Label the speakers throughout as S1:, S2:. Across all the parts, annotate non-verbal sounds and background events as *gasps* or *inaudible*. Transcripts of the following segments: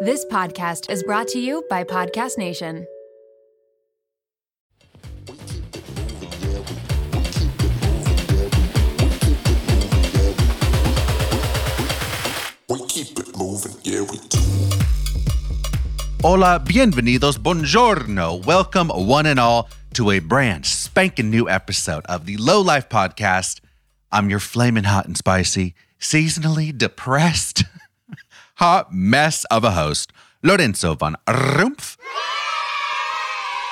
S1: This podcast is brought to you by Podcast Nation.
S2: We keep it moving, yeah, we do.
S3: Hola, bienvenidos, buongiorno. Welcome, one and all, to a brand spanking new episode of the Low Life Podcast. I'm your flaming hot and spicy, seasonally depressed, *laughs* hot mess of a host, Lorenzo von Rumpf.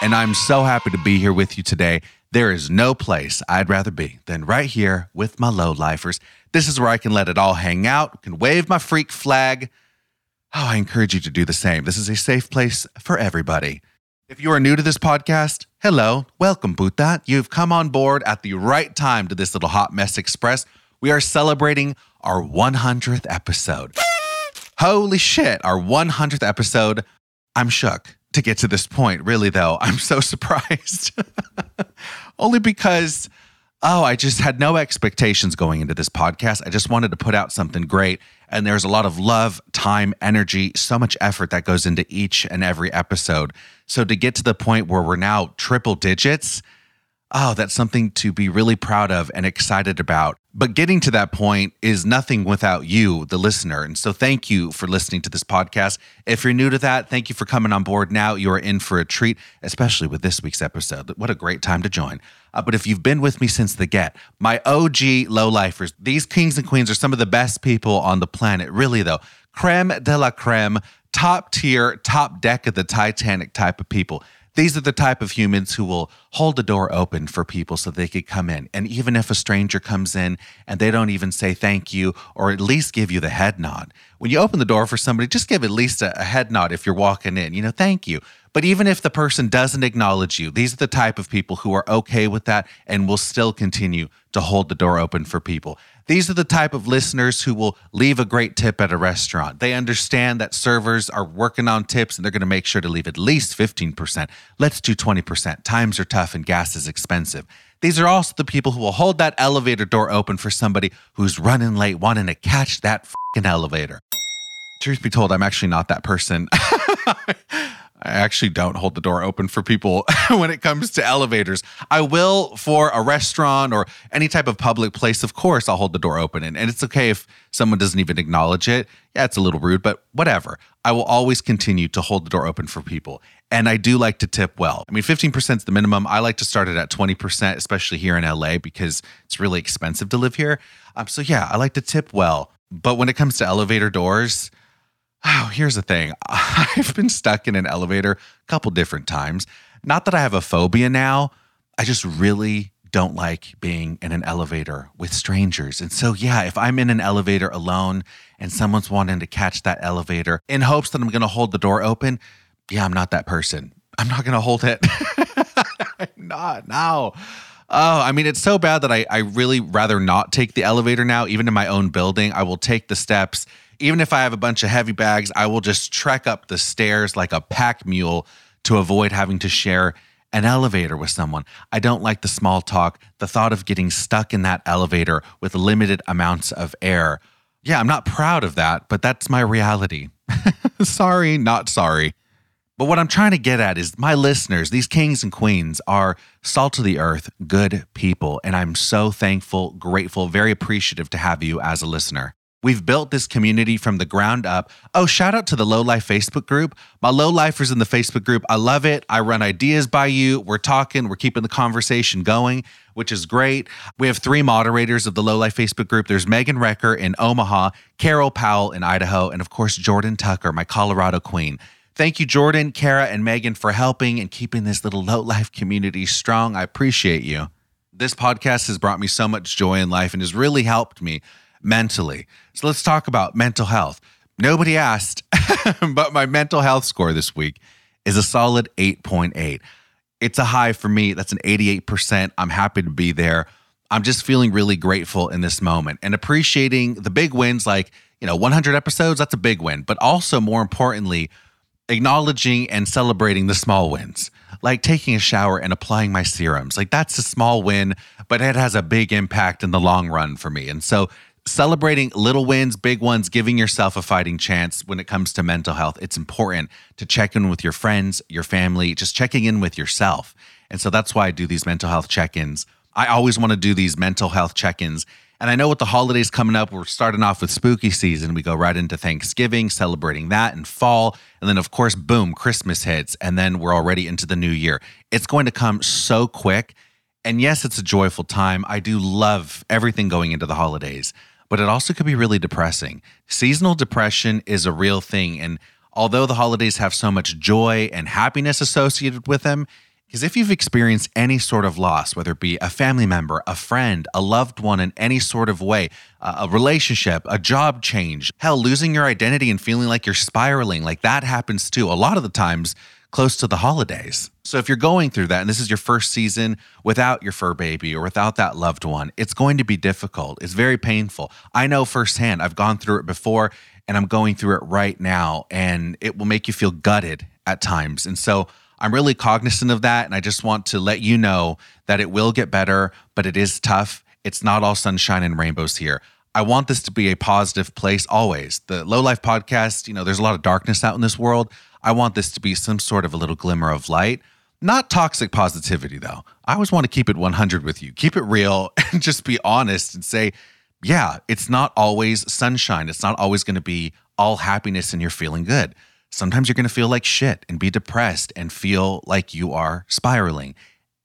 S3: And I'm so happy to be here with you today. There is no place I'd rather be than right here with my low lifers. This is where I can let it all hang out, can wave my freak flag, Oh, I encourage you to do the same. This is a safe place for everybody. If you are new to this podcast, hello, welcome, Buddha. You've come on board at the right time to this little hot mess express. We are celebrating our 100th episode. Holy shit, our 100th episode. I'm shook to get to this point, really, though. I'm so *laughs* surprised. Only because, oh, I just had no expectations going into this podcast. I just wanted to put out something great. And there's a lot of love, time, energy, so much effort that goes into each and every episode. So to get to the point where we're now triple digits, oh, that's something to be really proud of and excited about. But getting to that point is nothing without you, the listener. And so thank you for listening to this podcast. If you're new to that, thank you for coming on board now. You are in for a treat, especially with this week's episode. What a great time to join. Uh, but if you've been with me since the get, my OG lowlifers, these kings and queens are some of the best people on the planet, really, though. Creme de la creme, top tier, top deck of the Titanic type of people. These are the type of humans who will hold the door open for people so they could come in. And even if a stranger comes in and they don't even say thank you or at least give you the head nod, when you open the door for somebody, just give at least a, a head nod if you're walking in, you know, thank you. But even if the person doesn't acknowledge you, these are the type of people who are okay with that and will still continue to hold the door open for people. These are the type of listeners who will leave a great tip at a restaurant. They understand that servers are working on tips and they're going to make sure to leave at least 15%. Let's do 20%. Times are tough and gas is expensive. These are also the people who will hold that elevator door open for somebody who's running late, wanting to catch that fing elevator truth be told, I'm actually not that person. *laughs* I actually don't hold the door open for people *laughs* when it comes to elevators. I will for a restaurant or any type of public place, of course, I'll hold the door open. And, and it's okay if someone doesn't even acknowledge it. Yeah, it's a little rude, but whatever. I will always continue to hold the door open for people. And I do like to tip well. I mean, 15% is the minimum. I like to start it at 20%, especially here in LA because it's really expensive to live here. Um, so, yeah, I like to tip well. But when it comes to elevator doors, Oh, here's the thing. *laughs* I've been stuck in an elevator a couple different times. Not that I have a phobia now, I just really don't like being in an elevator with strangers. And so, yeah, if I'm in an elevator alone and someone's wanting to catch that elevator in hopes that I'm going to hold the door open, yeah, I'm not that person. I'm not going to hold it. *laughs* I'm not now. Oh, I mean, it's so bad that I, I really rather not take the elevator now, even in my own building. I will take the steps. Even if I have a bunch of heavy bags, I will just trek up the stairs like a pack mule to avoid having to share an elevator with someone. I don't like the small talk, the thought of getting stuck in that elevator with limited amounts of air. Yeah, I'm not proud of that, but that's my reality. *laughs* sorry, not sorry. But what I'm trying to get at is my listeners, these kings and queens, are salt of the earth, good people. And I'm so thankful, grateful, very appreciative to have you as a listener. We've built this community from the ground up. Oh, shout out to the Low Life Facebook group. My low lifers in the Facebook group, I love it. I run ideas by you. We're talking, we're keeping the conversation going, which is great. We have three moderators of the Low Life Facebook group. There's Megan Recker in Omaha, Carol Powell in Idaho, and of course, Jordan Tucker, my Colorado queen. Thank you, Jordan, Kara, and Megan, for helping and keeping this little low life community strong. I appreciate you. This podcast has brought me so much joy in life and has really helped me mentally. So let's talk about mental health. Nobody asked, *laughs* but my mental health score this week is a solid 8.8. It's a high for me. That's an 88%. I'm happy to be there. I'm just feeling really grateful in this moment and appreciating the big wins like, you know, 100 episodes, that's a big win, but also more importantly, acknowledging and celebrating the small wins, like taking a shower and applying my serums. Like that's a small win, but it has a big impact in the long run for me. And so Celebrating little wins, big ones, giving yourself a fighting chance when it comes to mental health. It's important to check in with your friends, your family, just checking in with yourself. And so that's why I do these mental health check ins. I always want to do these mental health check ins. And I know with the holidays coming up, we're starting off with spooky season. We go right into Thanksgiving, celebrating that and fall. And then, of course, boom, Christmas hits. And then we're already into the new year. It's going to come so quick. And yes, it's a joyful time. I do love everything going into the holidays, but it also could be really depressing. Seasonal depression is a real thing. And although the holidays have so much joy and happiness associated with them, because if you've experienced any sort of loss, whether it be a family member, a friend, a loved one in any sort of way, uh, a relationship, a job change, hell, losing your identity and feeling like you're spiraling, like that happens too, a lot of the times close to the holidays. So if you're going through that and this is your first season without your fur baby or without that loved one, it's going to be difficult. It's very painful. I know firsthand, I've gone through it before and I'm going through it right now, and it will make you feel gutted at times. And so I'm really cognizant of that. And I just want to let you know that it will get better, but it is tough. It's not all sunshine and rainbows here. I want this to be a positive place always. The Low Life podcast, you know, there's a lot of darkness out in this world. I want this to be some sort of a little glimmer of light. Not toxic positivity, though. I always want to keep it 100 with you, keep it real, *laughs* and just be honest and say, yeah, it's not always sunshine. It's not always going to be all happiness and you're feeling good. Sometimes you're going to feel like shit and be depressed and feel like you are spiraling.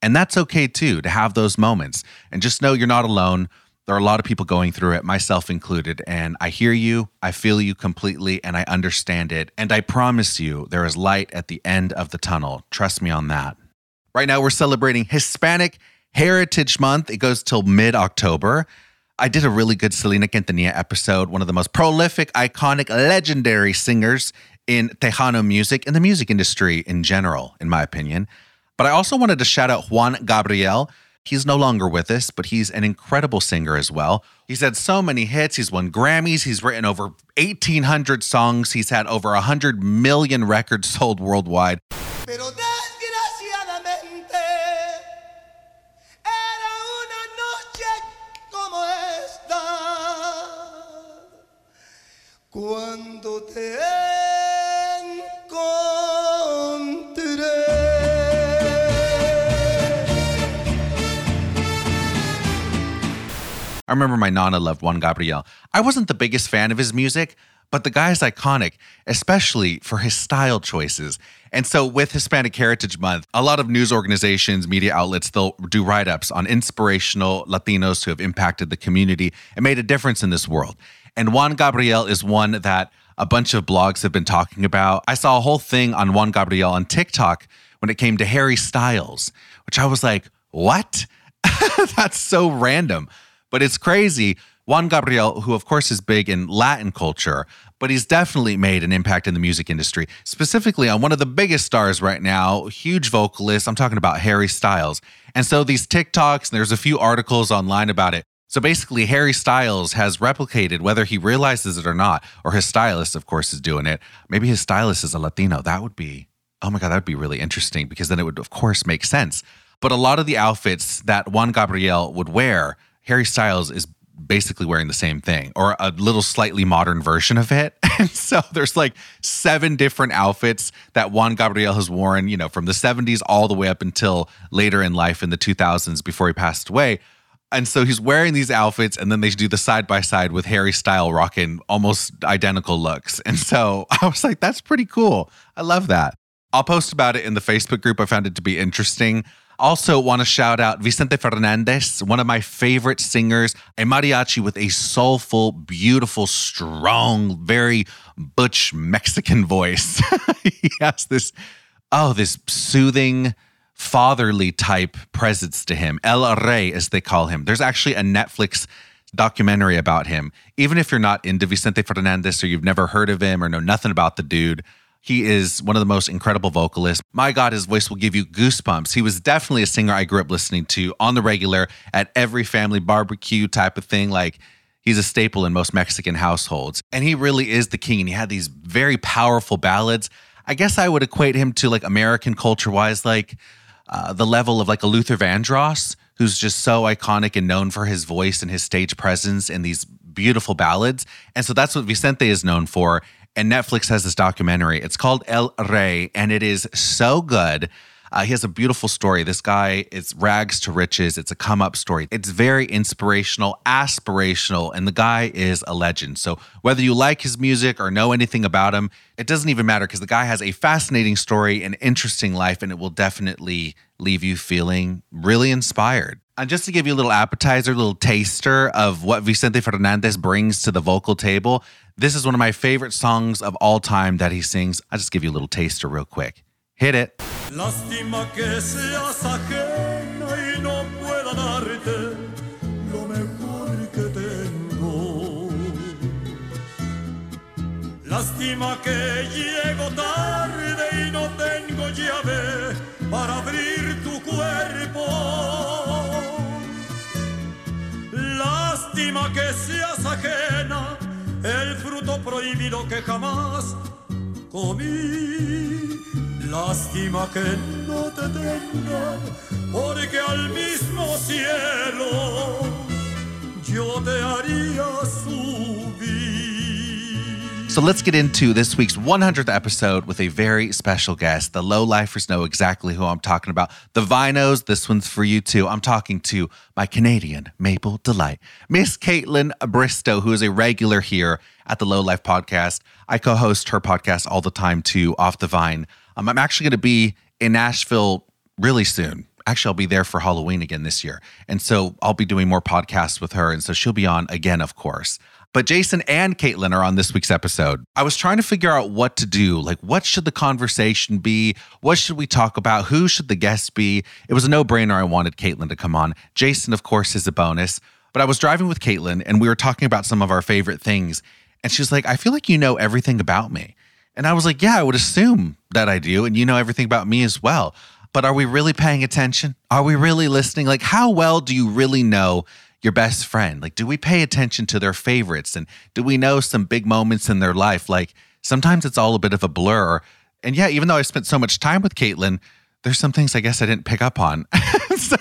S3: And that's okay too, to have those moments. And just know you're not alone. There are a lot of people going through it, myself included. And I hear you, I feel you completely, and I understand it. And I promise you, there is light at the end of the tunnel. Trust me on that. Right now, we're celebrating Hispanic Heritage Month, it goes till mid October. I did a really good Selena Quintanilla episode, one of the most prolific, iconic, legendary singers in Tejano music and the music industry in general, in my opinion. But I also wanted to shout out Juan Gabriel. He's no longer with us, but he's an incredible singer as well. He's had so many hits. He's won Grammys. He's written over 1,800 songs. He's had over 100 million records sold worldwide.
S4: Pero desgraciadamente era una noche como esta cuando te encontré.
S3: I remember my Nana loved Juan Gabriel. I wasn't the biggest fan of his music, but the guy's iconic, especially for his style choices. And so, with Hispanic Heritage Month, a lot of news organizations, media outlets, they'll do write ups on inspirational Latinos who have impacted the community and made a difference in this world. And Juan Gabriel is one that a bunch of blogs have been talking about. I saw a whole thing on Juan Gabriel on TikTok when it came to Harry Styles, which I was like, what? *laughs* That's so random. But it's crazy. Juan Gabriel, who of course is big in Latin culture, but he's definitely made an impact in the music industry, specifically on one of the biggest stars right now, huge vocalist. I'm talking about Harry Styles. And so these TikToks, and there's a few articles online about it. So basically, Harry Styles has replicated, whether he realizes it or not, or his stylist, of course, is doing it. Maybe his stylist is a Latino. That would be oh my God, that would be really interesting because then it would, of course, make sense. But a lot of the outfits that Juan Gabriel would wear, Harry Styles is basically wearing the same thing or a little slightly modern version of it. *laughs* And so there's like seven different outfits that Juan Gabriel has worn, you know, from the 70s all the way up until later in life in the 2000s before he passed away. And so he's wearing these outfits, and then they do the side by side with Harry Style rocking almost identical looks. And so *laughs* I was like, that's pretty cool. I love that. I'll post about it in the Facebook group. I found it to be interesting. Also, want to shout out Vicente Fernandez, one of my favorite singers, a mariachi with a soulful, beautiful, strong, very butch Mexican voice. *laughs* he has this, oh, this soothing, fatherly type presence to him. El Rey, as they call him. There's actually a Netflix documentary about him. Even if you're not into Vicente Fernandez or you've never heard of him or know nothing about the dude, he is one of the most incredible vocalists. My God, his voice will give you goosebumps. He was definitely a singer I grew up listening to on the regular at every family barbecue type of thing. Like, he's a staple in most Mexican households. And he really is the king. And he had these very powerful ballads. I guess I would equate him to like American culture wise, like uh, the level of like a Luther Vandross, who's just so iconic and known for his voice and his stage presence and these beautiful ballads. And so that's what Vicente is known for. And Netflix has this documentary. It's called El Rey, and it is so good. Uh, he has a beautiful story. This guy, it's rags to riches. It's a come up story. It's very inspirational, aspirational, and the guy is a legend. So, whether you like his music or know anything about him, it doesn't even matter because the guy has a fascinating story, an interesting life, and it will definitely leave you feeling really inspired. And just to give you a little appetizer, a little taster of what Vicente Fernandez brings to the vocal table, this is one of my favorite songs of all time that he sings. I'll just give you a little taster real quick. Hit it.
S5: Lástima que seas ajena y no pueda darte lo mejor que tengo. Lástima que llego tarde y no tengo llave para abrir tu cuerpo. Lástima que seas ajena el fruto prohibido que jamás comí. Lástima que no te tenga, porque al mismo cielo yo te haría subir.
S3: So let's get into this week's 100th episode with a very special guest. The low lifers know exactly who I'm talking about. The Vinos, this one's for you too. I'm talking to my Canadian Maple Delight, Miss Caitlin Bristow, who is a regular here at the Low Life Podcast. I co-host her podcast all the time too, Off the Vine. Um, I'm actually going to be in Nashville really soon. Actually, I'll be there for Halloween again this year. And so I'll be doing more podcasts with her. And so she'll be on again, of course. But Jason and Caitlin are on this week's episode. I was trying to figure out what to do. Like, what should the conversation be? What should we talk about? Who should the guest be? It was a no brainer. I wanted Caitlin to come on. Jason, of course, is a bonus. But I was driving with Caitlin and we were talking about some of our favorite things. And she was like, I feel like you know everything about me. And I was like, yeah, I would assume that I do. And you know everything about me as well. But are we really paying attention? Are we really listening? Like, how well do you really know your best friend? Like, do we pay attention to their favorites? And do we know some big moments in their life? Like, sometimes it's all a bit of a blur. And yeah, even though I spent so much time with Caitlin, there's some things I guess I didn't pick up on. *laughs* so,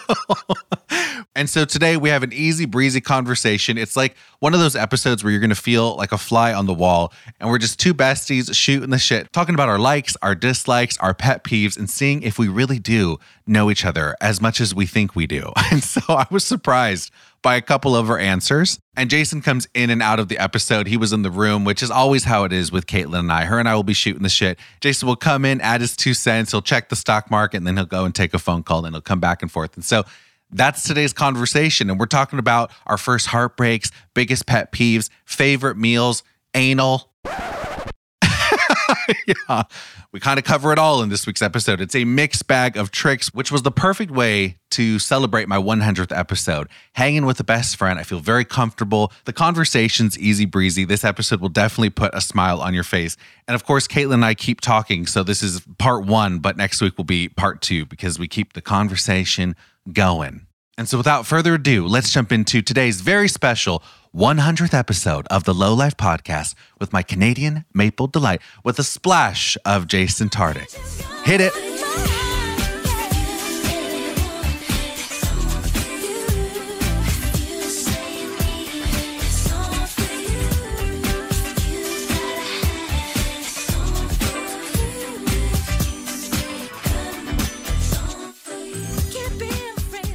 S3: and so today we have an easy breezy conversation. It's like one of those episodes where you're going to feel like a fly on the wall. And we're just two besties shooting the shit, talking about our likes, our dislikes, our pet peeves, and seeing if we really do know each other as much as we think we do. *laughs* And so I was surprised by a couple of her answers. And Jason comes in and out of the episode. He was in the room, which is always how it is with Caitlin and I. Her and I will be shooting the shit. Jason will come in, add his two cents, he'll check the stock market, and then he'll go and take a phone call, and he'll come back and forth. And so that's today's conversation. And we're talking about our first heartbreaks, biggest pet peeves, favorite meals, anal. yeah. We kind of cover it all in this week's episode. It's a mixed bag of tricks, which was the perfect way to celebrate my 100th episode. Hanging with the best friend, I feel very comfortable. The conversation's easy breezy. This episode will definitely put a smile on your face. And of course, Caitlin and I keep talking. So this is part one, but next week will be part two because we keep the conversation going. And so without further ado, let's jump into today's very special 100th episode of the Low Life Podcast with my Canadian Maple Delight with a splash of Jason Tardick. Hit it.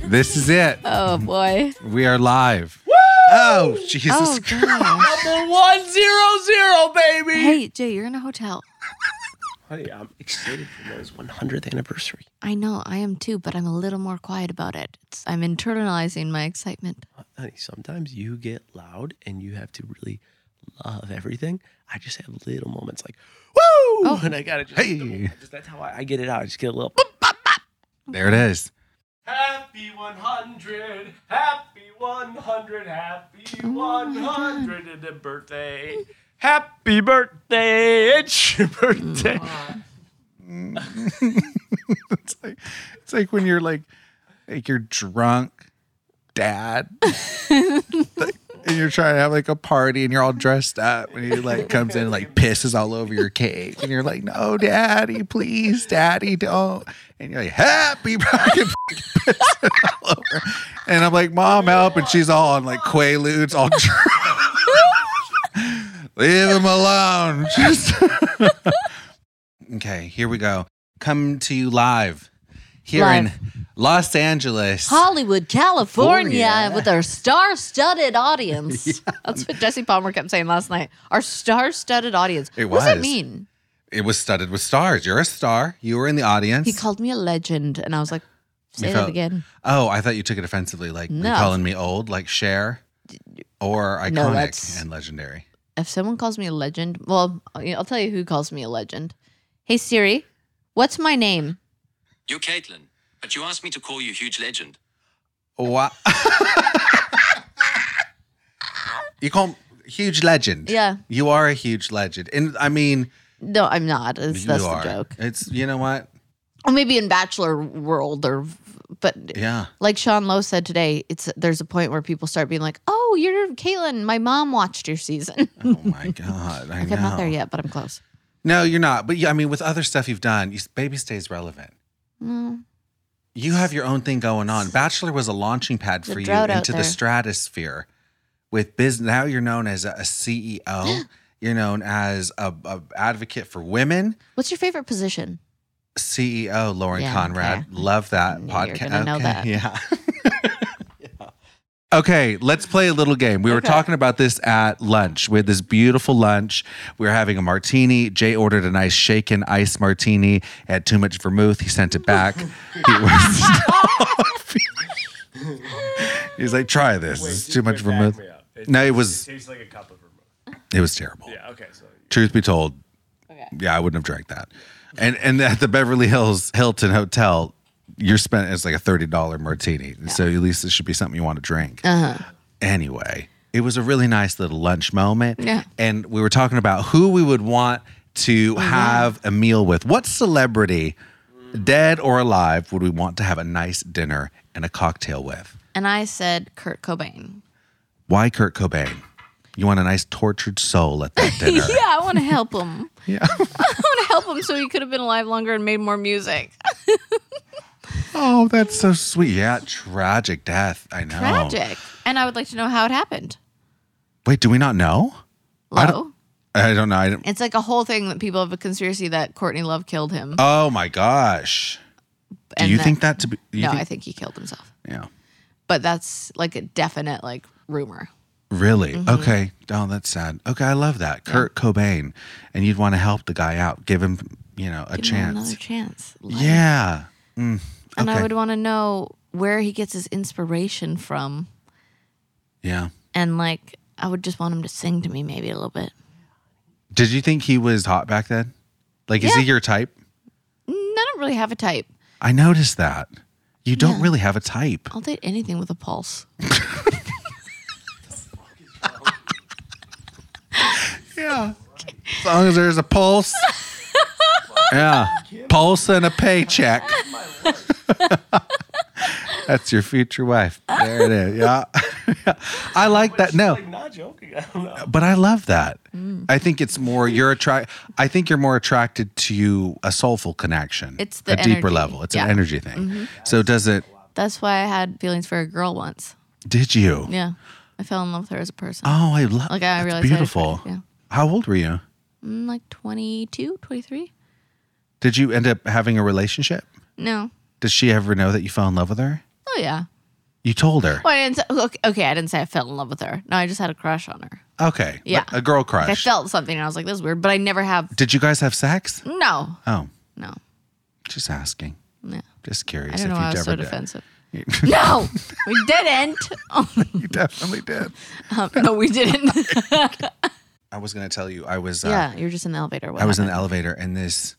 S3: This is it.
S6: Oh boy.
S3: We are live. Oh, Jesus
S6: Oh
S3: Christ.
S6: gosh.
S7: *laughs* Number one zero zero, baby.
S6: hey, Jay, you're in a hotel.
S7: Honey, I'm excited for Mo's 100th anniversary.
S6: I know, I am too, but I'm a little more quiet about it. It's, I'm internalizing my excitement.
S7: Honey, sometimes you get loud and you have to really love everything. I just have little moments like, woo,
S6: Oh.
S7: and I gotta just,
S3: Hey.
S7: just- that's how I, I get it out. I just get a little.
S3: There it is. *laughs*
S7: Happy 100, happy 100, happy 100 and birthday. Happy birthday, it's your birthday.
S3: It's like, it's like when you're like, like your drunk dad, and you're trying to have like a party, and you're all dressed up, and he like comes in and like pisses all over your cake, and you're like, "No, daddy, please, daddy, don't," and you're like, "Happy birthday." And I'm like, Mom, help. And she's all on like Quaaludes, all drunk. Leave him alone. Just- *laughs* okay, here we go. Come to you live here in Los Angeles.
S6: Hollywood,
S7: Oh,
S6: California,
S3: California.
S6: with our star studded
S7: *laughs*
S6: audience. That's what Jesse Palmer kept saying last night. Our star studded audience.
S3: It
S6: What does that
S3: was.
S6: mean?
S3: It was studded with stars. You're a star. You were in the audience.
S6: He called me a legend, and I was like,
S3: You
S6: say that
S3: felt-
S6: again.
S3: Oh, I thought you took it offensively, like you
S6: No.
S3: calling me old, like Cher, or iconic
S6: No, that's-
S3: and legendary.
S6: If someone calls me a legend, well, I'll tell you who calls me a legend. Hey, Siri, what's my name?
S8: You're Caitlin, but you asked me to call you huge legend.
S3: What? *laughs* you call him huge legend.
S6: Yeah.
S3: you are a huge legend, and I mean,
S6: No, I'm not. It's,
S3: you
S6: that's
S3: are.
S6: the joke.
S3: It's you know what?
S6: Or maybe in Bachelor World, or but *laughs*
S3: Yeah,
S6: like Sean Lowe said today, it's there's a point where people start being like, "Oh, you're Caitlin. My mom watched your season." *laughs*
S3: Oh my god, I
S6: Like,
S3: know.
S6: I'm not there yet, but I'm close.
S3: No, you're not. But yeah, I mean, with other stuff you've done, you, baby stays relevant.
S6: Mm,
S3: You have your own thing going on. Bachelor was a launching pad
S6: The
S3: for you
S6: drought out
S3: into the
S6: there.
S3: stratosphere with business. Now you're known as a, a CEO. you're known as a, a advocate for women.
S6: What's your favorite position?
S3: CEO E Lauren
S6: Yeah,
S3: Conrad.
S6: okay.
S3: Love that
S6: Knew you were
S3: podcast.
S6: gonna know that.
S3: Yeah. *laughs* Yeah. Okay, let's play a little game. We were talking about this at lunch. We had this beautiful lunch. We were having a martini. Jay ordered a nice shaken ice martini. It had too much vermouth. He sent it back. he
S6: *laughs*
S3: was *laughs* He's like, try this. it's too much vermouth. No, it was. It tastes like a cup of vermouth. It was terrible. Yeah. Okay. So truth be told, yeah, I wouldn't have drank that. And and at the Beverly Hills Hilton Hotel, you're spent it's like a thirty dollar martini. So at least it should be something you want to drink.
S6: Uh-huh.
S3: Anyway, it was a really nice little lunch moment.
S6: Yeah.
S3: And we were talking about who we would want to
S6: Mm-hmm.
S3: have a meal with. What celebrity, dead or alive, would we want to have a nice dinner and a cocktail with?
S6: And I said Kurt Cobain.
S3: Why Kurt Cobain? You want a nice tortured soul at that dinner.
S6: *laughs* Yeah, I want to help him.
S3: *laughs* Yeah.
S6: *laughs* I want to help him so he could have been alive longer and made more music.
S3: Oh, that's so sweet. Yeah, tragic death. I know.
S6: Tragic.
S3: Oh.
S6: And I would like to know how it happened.
S3: Wait, do we not know? I don't-
S6: Low.
S3: I don't know. I don't,
S6: It's like a whole thing that people have a conspiracy that Courtney Love killed him.
S3: oh my gosh. Do
S6: And
S3: you
S6: that-
S3: think that to be? You
S6: no,
S3: think,
S6: I think he killed himself.
S3: Yeah.
S6: But that's like a definite like rumor.
S3: Really?
S6: Mm-hmm.
S3: Okay. Oh, that's sad. Okay, I love that. Kurt Cobain, and you'd want to help the guy out, give him, you know, a
S6: Give him
S3: chance.
S6: Another chance. Love it.
S3: yeah. Mm,
S6: And
S3: okay.
S6: I would want to know where he gets his inspiration from.
S3: yeah.
S6: And like, I would just want him to sing to me maybe a little bit.
S3: Did you think he was hot back then? Like, is he
S6: Yeah.
S3: your type?
S6: Mm, I don't really have a type.
S3: I noticed that. You don't really have a type.
S6: I'll date anything with a pulse.
S3: Yeah. As long as there's a
S6: *laughs*
S3: pulse. yeah. Pulse and a paycheck. *laughs* That's your future wife. There it is. Yeah. *laughs* I like that. No.
S7: not joking. *laughs* I don't know.
S3: But I love that.
S6: Mm.
S3: I think it's more you're attract I think you're more attracted to a soulful connection.
S6: It's the
S3: a deeper
S6: energy.
S3: level. It's an
S6: Yeah. Mm-hmm.
S3: energy thing. So does it
S6: That's why I had feelings for a girl once.
S3: did you?
S6: Yeah. I fell in love with her as a person.
S3: Oh, I love
S6: Like, I
S3: that's
S6: realized I
S3: beautiful.
S6: attracted-
S3: How old were you?
S6: Mm, like 22, 23?
S3: Did you end up having a relationship?
S6: No.
S3: Did she ever know that you fell in love with her?
S6: Oh, yeah.
S3: You told her.
S6: Well, I didn't say, look, okay, I didn't say I fell in love with her. No, I just had a crush on her.
S3: Okay.
S6: Yeah.
S3: A girl crush.
S6: Like, I felt something and I was like, this is weird, but I never have.
S3: Did you guys have sex?
S6: No,
S3: Oh,
S6: no.
S3: just asking.
S6: Yeah.
S3: Just
S6: I
S3: curious
S6: don't
S3: if
S6: know why I
S3: you
S6: was
S3: ever
S6: so
S3: did. *laughs*
S6: defensive. no, we didn't. Oh,
S3: You definitely did.
S6: no, we
S3: *laughs*
S6: didn't.
S3: I was going to tell you I was uh,
S6: yeah, you were just in the elevator. What
S3: I was in the
S6: happened?
S3: elevator and this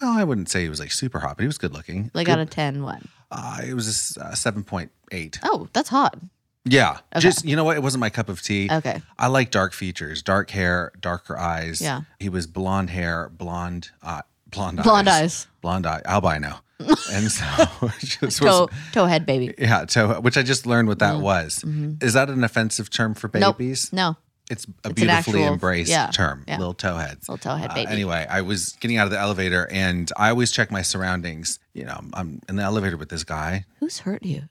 S3: well, I wouldn't say he was like super hot, but he was good looking.
S6: Like out of 10, what?
S3: uh, it was a s- uh, 7.8.
S6: Oh, that's hot.
S3: Yeah.
S6: Okay.
S3: Just you know what? It wasn't my cup of tea.
S6: Okay.
S3: I like dark features, dark hair, darker eyes.
S6: Yeah.
S3: He was blonde hair, blonde, uh, blonde,
S6: Blonde
S3: eyes,
S6: eyes.
S3: blonde eye,
S6: *laughs*
S3: albino, and so *laughs* it just
S6: Toe,
S3: was
S6: toe head, baby.
S3: Yeah, toe, which I just learned what that was. Is that an offensive term for
S6: Mm-hmm. Nope.
S3: babies?
S6: No,
S3: It's a
S6: an
S3: beautifully
S6: actual-
S3: embraced
S6: yeah,
S3: term,
S6: yeah.
S3: little toeheads.
S6: little toe head,
S3: Uh,
S6: baby.
S3: anyway, I was getting out of the elevator and I always check my surroundings. You know, I'm, I'm in the elevator with this guy.
S6: Who's
S3: *laughs*
S6: hurt you?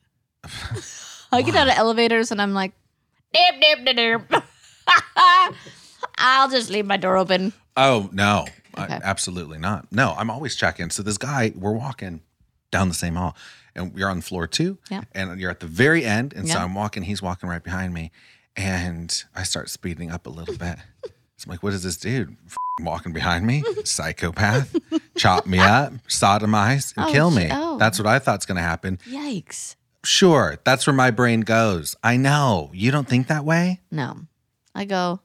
S6: I get out of elevators and I'm like, dip, dip, dip, dip. *laughs* I'll just leave my door open.
S3: Oh no, I-
S6: Okay.
S3: absolutely not. No, I'm always checking. So this guy, we're walking down the same hall, and you're on floor two,
S6: Yeah.
S3: and you're at the very end, and so
S6: Yeah.
S3: I'm walking. He's walking right behind me, and I start speeding up a little bit. *laughs* So I'm like, "What is this dude f***ing walking behind
S6: *laughs*
S3: me? Psychopath, chop me up, sodomize, and
S6: Oh,
S3: kill me."
S6: gee- oh.
S3: That's what I thought's going to happen.
S6: Yikes.
S3: Sure, that's where my brain goes. I know you don't think that way.
S6: No. I go,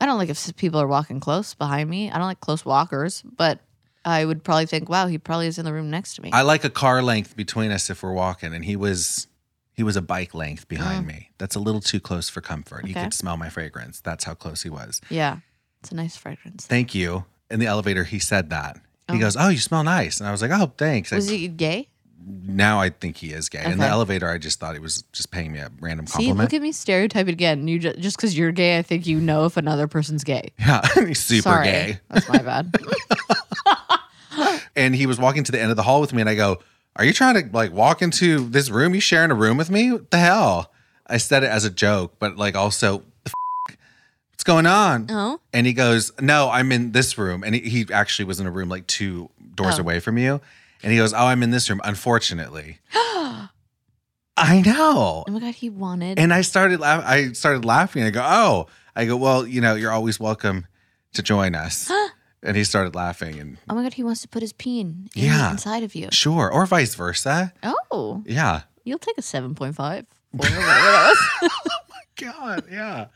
S6: I don't like if s- people are walking close behind me. I don't like close walkers, but I would probably think, wow, he probably is in the room next to me.
S3: I like a car length between us if we're walking, and he was he was a bike length behind me. That's a little too close for comfort. You
S6: Oh. Okay.
S3: could smell my fragrance. That's how close he was.
S6: yeah. It's a nice fragrance.
S3: Thank you. In the elevator, he said that. He goes, "Oh, you smell nice," and I was like, "Oh, thanks." I-
S6: Was he gay?
S3: now I think he is gay. In the
S6: Okay.
S3: elevator, I just thought he was just paying me a random
S6: See,
S3: compliment.
S6: look at me stereotype it again. You just, just cause you're gay, I think you know if another person's gay.
S3: *laughs* yeah, he's super
S6: Sorry.
S3: gay.
S6: That's my bad.
S3: *laughs* And he was walking to the end of the hall with me, and I go, "Are you trying to like walk into this room? You sharing a room with me? What the hell?" I said it as a joke, but like also, the f- what's going on?
S6: oh.
S3: And he goes, No, I'm in this room. And he, he actually was in a room like two doors
S6: Oh.
S3: away from you. And he goes, Oh, I'm in this room, unfortunately. I know.
S6: Oh my god, he wanted
S3: And I started laugh- I started laughing. I go, Oh, I go, Well, you know, you're always welcome to join us. and he started laughing and
S6: Oh my god, he wants to put his peen in-
S3: Yeah.
S6: inside of you.
S3: sure. Or vice versa.
S6: Oh.
S3: Yeah.
S6: You'll take a seven
S3: *laughs*
S6: point five.
S3: God, yeah.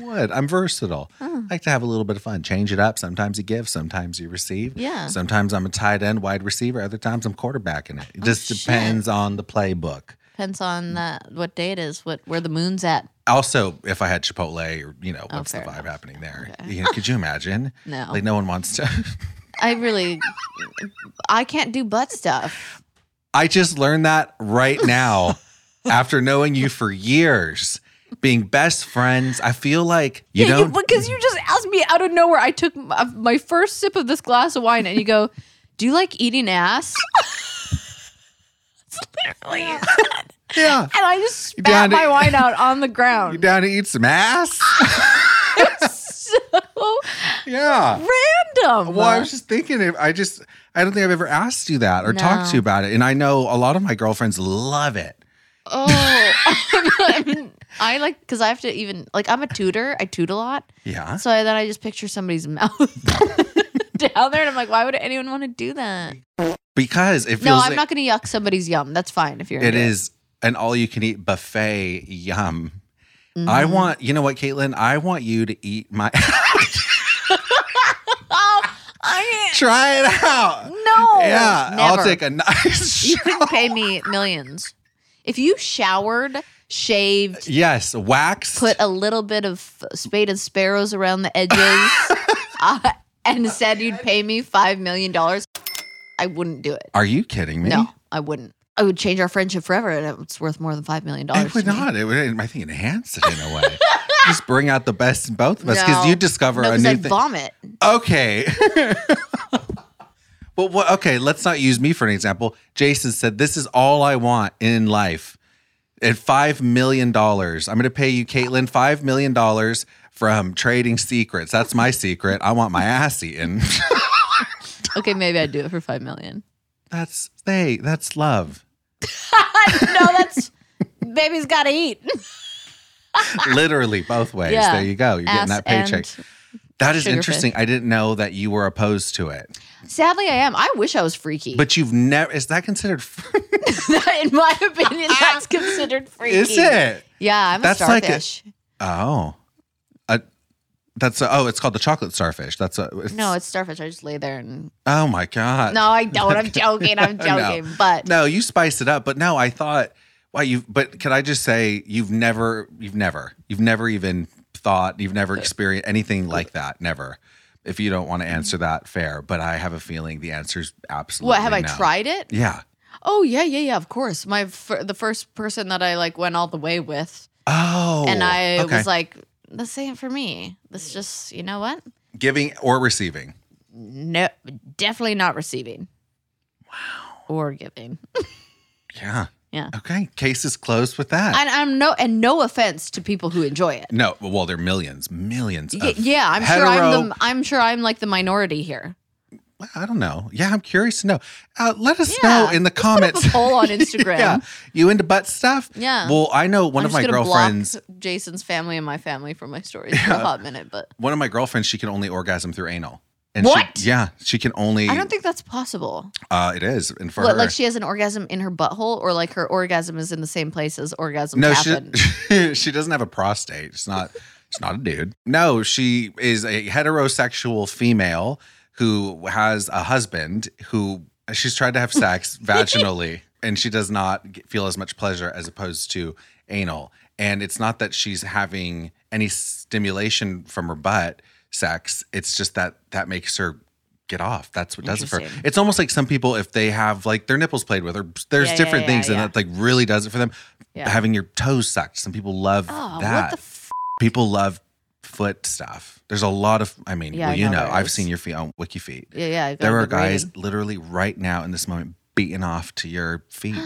S3: What? I'm versatile. I like to have a little bit of fun. Change it up. Sometimes you give, sometimes you receive.
S6: Yeah.
S3: Sometimes I'm a tight end wide receiver, other times I'm quarterbacking it. It just
S6: Oh, shit.
S3: depends on the playbook.
S6: Depends on that what day it is, what where the moon's at.
S3: Also, if I had Chipotle or, you know,
S6: Oh,
S3: what's the
S6: fair
S3: vibe
S6: enough.
S3: happening there?
S6: Okay.
S3: You know, could you imagine?
S6: *laughs* No.
S3: Like, no one wants to. *laughs*
S6: I really, I can't do butt stuff.
S3: I just learned that right
S6: *laughs*
S3: now after knowing you for years, being best friends. I feel like
S6: *laughs*
S3: you
S6: yeah,
S3: don't.
S6: because you just asked me out of nowhere. I took my, my first sip of this glass of wine, and you go, "Do you like eating ass?" It's literally, and
S3: yeah.
S6: I just
S3: You down
S6: spat
S3: to-
S6: my
S3: *laughs*
S6: wine out on the
S3: You
S6: ground.
S3: down to eat some
S6: *laughs*
S3: ass?
S6: so
S3: yeah.
S6: Oh, random.
S3: Well, I was just thinking. If I just, I don't think I've ever asked you that or talked to
S6: No.
S3: you about it. And I know a lot of my girlfriends love it. *laughs*
S6: oh, *laughs* I, mean, I like because I have to even like I'm a tutor. I toot a lot.
S3: Yeah.
S6: So I, then I just picture somebody's *laughs* mouth down there, and I'm like, why would anyone want to do that?
S3: Because it feels
S6: No, I'm
S3: like
S6: not going to yuck somebody's yum. That's fine if you're.
S3: it
S6: into
S3: is an all you can eat buffet. Yum. I
S6: Mm-hmm.
S3: want, you know what, Caitlin? I want you to eat my. *laughs*
S6: Oh, I
S3: Try it out.
S6: no.
S3: yeah. I'll
S6: never.
S3: take a nice
S6: *laughs*
S3: *laughs*
S6: You
S3: shot.
S6: could pay me millions if you showered, shaved,
S3: Yes. Wax.
S6: put a little bit of spade and sparrows around the edges,
S3: *laughs*
S6: uh, and said you'd pay me five million dollars. I wouldn't do it.
S3: Are you kidding me?
S6: No, I wouldn't. I would change our friendship forever, and it's worth more than five million dollars.
S3: It would
S6: to me.
S3: not. It would, I think, enhance it in a way. Just bring out the best in both of us because
S6: No.
S3: you discover
S6: No,
S3: a
S6: 'cause
S3: new
S6: I'd
S3: thing.
S6: vomit.
S3: Okay. well, what, okay, let's not use me for an example. Jason said, This is all I want in life. At $5 million, I'm going to pay you, Caitlin, $5 million from trading secrets. That's my secret. I want my ass eaten. *laughs*
S6: Okay, maybe I'd do it for five million.
S3: that's, hey, that's love.
S6: no, that's baby's got to eat.
S3: Literally, both ways.
S6: Yeah.
S3: There you go. You're getting
S6: Ass
S3: that paycheck.
S6: and-
S3: That is
S6: sugar
S3: interesting. I didn't know that you were opposed to it,
S6: Sadly, I am. I wish I was freaky.
S3: but you've never, is that considered,
S6: *laughs* in my opinion, that's considered freaky.
S3: is it?
S6: Yeah, I'm
S3: That's
S6: a
S3: like a-
S6: starfish.
S3: Oh, a, that's a, oh, it's called the chocolate starfish. That's a it's,
S6: no, it's starfish. I just lay there and.
S3: oh my god.
S6: No, I
S3: *laughs*
S6: don't. I'm joking. I'm
S3: No.
S6: joking. But
S3: no, you spice it up. But no, I thought, wow, you. But can I just say, you've never, you've never, you've never even thought, you've never experienced anything like that. Never. If you don't want to answer that, fair. But I have a feeling the answer's absolutely.
S6: Mm-hmm. what have I
S3: no.
S6: tried it?
S3: Yeah.
S6: Oh yeah, yeah, yeah. Of course, my fir- the first person that I like went all the way with,
S3: Oh.
S6: and I
S3: okay.
S6: was like, "This ain't for me. This just, you know what?
S3: giving or receiving.
S6: No, definitely not receiving. Wow. Or giving.
S3: Yeah.
S6: Yeah.
S3: Okay, case is closed with that.
S6: And I'm no and no offense to people who enjoy it.
S3: no, well, there are millions, millions.
S6: Y-
S3: Of
S6: yeah, I'm sure
S3: hetero-
S6: I'm the I'm sure I'm like the minority here.
S3: I don't know. Yeah, I'm curious to know. Uh, let us
S6: Yeah.
S3: know in the
S6: Let's put up
S3: comments. *laughs*
S6: a poll on Instagram.
S3: yeah, you into butt stuff?
S6: Yeah.
S3: Well, I know one
S6: I'm
S3: of
S6: just
S3: my
S6: gonna
S3: girlfriends.
S6: block Jason's family and my family from my stories for a hot minute, but
S3: One of my girlfriends, she can only orgasm through anal. And
S6: What?
S3: She, yeah, she can only.
S6: I don't think that's possible.
S3: uh, it is. And for
S6: What,
S3: her,
S6: like she has an orgasm in her butthole, or like her orgasm is in the same place as orgasms
S3: no,
S6: happen.
S3: *laughs* she she doesn't have a prostate. She's not. She's not a dude. No, she is a heterosexual female who has a husband who she's tried to have
S6: *laughs*
S3: sex vaginally, and she does not get- feel as much pleasure as opposed to anal. And it's not that she's having any stimulation from her butt sex. It's just that that makes her get off. That's what does it for her.
S6: Interesting.
S3: It's almost like some people if they have like their nipples played with or there's
S6: Yeah, yeah,
S3: different
S6: yeah,
S3: things and
S6: yeah.
S3: that like really does it for them
S6: Yeah.
S3: having your toes sucked. Some people love
S6: oh,
S3: that.
S6: what the f-
S3: people love foot stuff. There's a lot of, I mean,
S6: Yeah,
S3: well,
S6: I
S3: you
S6: know
S3: know,
S6: there
S3: I've
S6: is.
S3: seen your feet on Wiki Feet.
S6: yeah, yeah. I got
S3: there
S6: a
S3: are
S6: good
S3: guys
S6: rating.
S3: literally right now in this moment beating off to your
S6: *gasps*
S3: feet.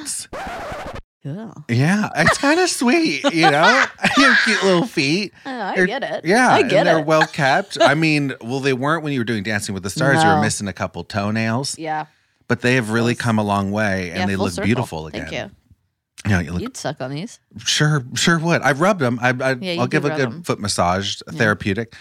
S6: Yeah.
S3: yeah, it's kind of sweet, you
S6: *laughs*
S3: know, your cute little feet.
S6: I
S3: They're-
S6: get it.
S3: Yeah,
S6: I
S3: and
S6: get
S3: they're
S6: it.
S3: well kept.
S6: *laughs*
S3: I mean, well, they weren't when you were doing Dancing with the Stars. You were
S6: No.
S3: missing a couple toenails,
S6: yeah.
S3: but they have really
S6: Close.
S3: come a long way, and
S6: yeah,
S3: they
S6: full
S3: look
S6: circle.
S3: beautiful again.
S6: Thank
S3: you. Yeah, you
S6: you.
S3: look
S6: You'd suck on these.
S3: Sure, sure would. I rubbed them. I, I
S6: Yeah, you
S3: I'll
S6: do
S3: give a
S6: rub
S3: good
S6: 'em.
S3: foot massage, therapeutic.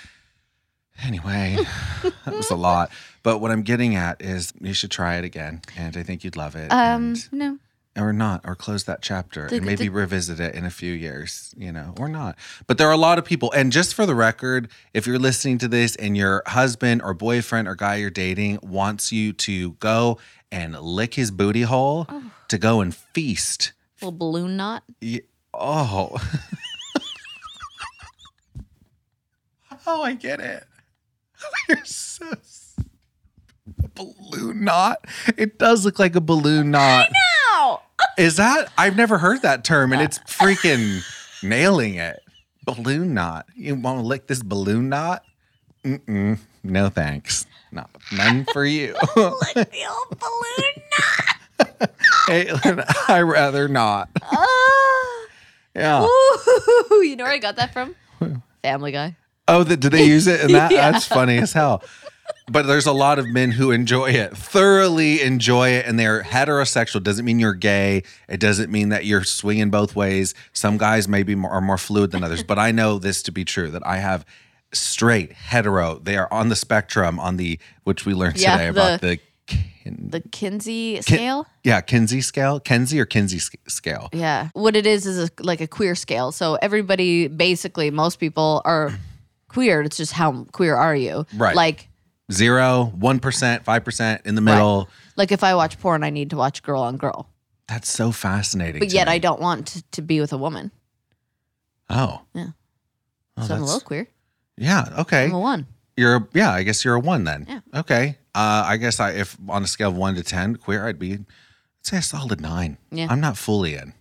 S3: Anyway, *laughs* that was a lot. But what I'm getting at is you should try it again, and I think you'd love it.
S6: Um,
S3: and-
S6: no.
S3: or not, or close that chapter
S6: The-
S3: and
S6: the-
S3: maybe revisit it in a few years, you know, or not. But there are a lot of people. And just for the record, if you're listening to this and your husband or boyfriend or guy you're dating wants you to go and lick his booty hole,
S6: Oh.
S3: to go and feast.
S6: Little
S3: *laughs*
S6: balloon knot.
S3: Ye- oh. oh, I get it. *laughs* You're so. s- A balloon knot? It does look like a balloon knot.
S6: Ow!
S3: Is that? I've never heard that term, and it's freaking nailing it. Balloon knot. You want to lick this balloon knot? Mm-mm. No thanks. Not none for you. *laughs*
S6: Like the old balloon knot.
S3: Caitlin, *laughs* I rather not.
S6: Ah.
S3: Yeah.
S6: *laughs* Ooh, *laughs* you know where I got that from? Family Guy.
S3: Oh, that do they use it in
S6: *laughs*
S3: that? That's funny as hell. But there's a lot of men who enjoy it, thoroughly enjoy it, and they're heterosexual. Doesn't mean you're gay. It doesn't mean that you're swinging both ways. Some guys maybe more, are more fluid than others, but I know this to be true that I have straight, hetero. They are on the spectrum on the which we learned
S6: Yeah,
S3: today about
S6: the-
S3: the, kin,
S6: The Kinsey
S3: Kin-
S6: scale?
S3: yeah Kinsey scale, Kenzie or Kinsey sc- scale.
S6: Yeah. What it is is a, like a queer scale. So everybody, basically, most people are *clears throat* queer. It's just how queer are you?
S3: Right.
S6: Like,
S3: Zero, one percent, five percent in the middle.
S6: like if I watch porn, I need to watch girl on girl.
S3: That's so fascinating.
S6: But
S3: to
S6: yet
S3: me.
S6: I don't want to, to be with a woman.
S3: Oh.
S6: Yeah.
S3: Oh,
S6: so I'm a
S3: that's-
S6: little queer.
S3: Yeah. Okay.
S6: I'm a one.
S3: You're a, yeah. I guess you're a one then.
S6: Yeah.
S3: Okay. Uh, I guess I if on a scale of one to ten queer, I'd be I'd say a solid nine.
S6: Yeah.
S3: I'm not fully in.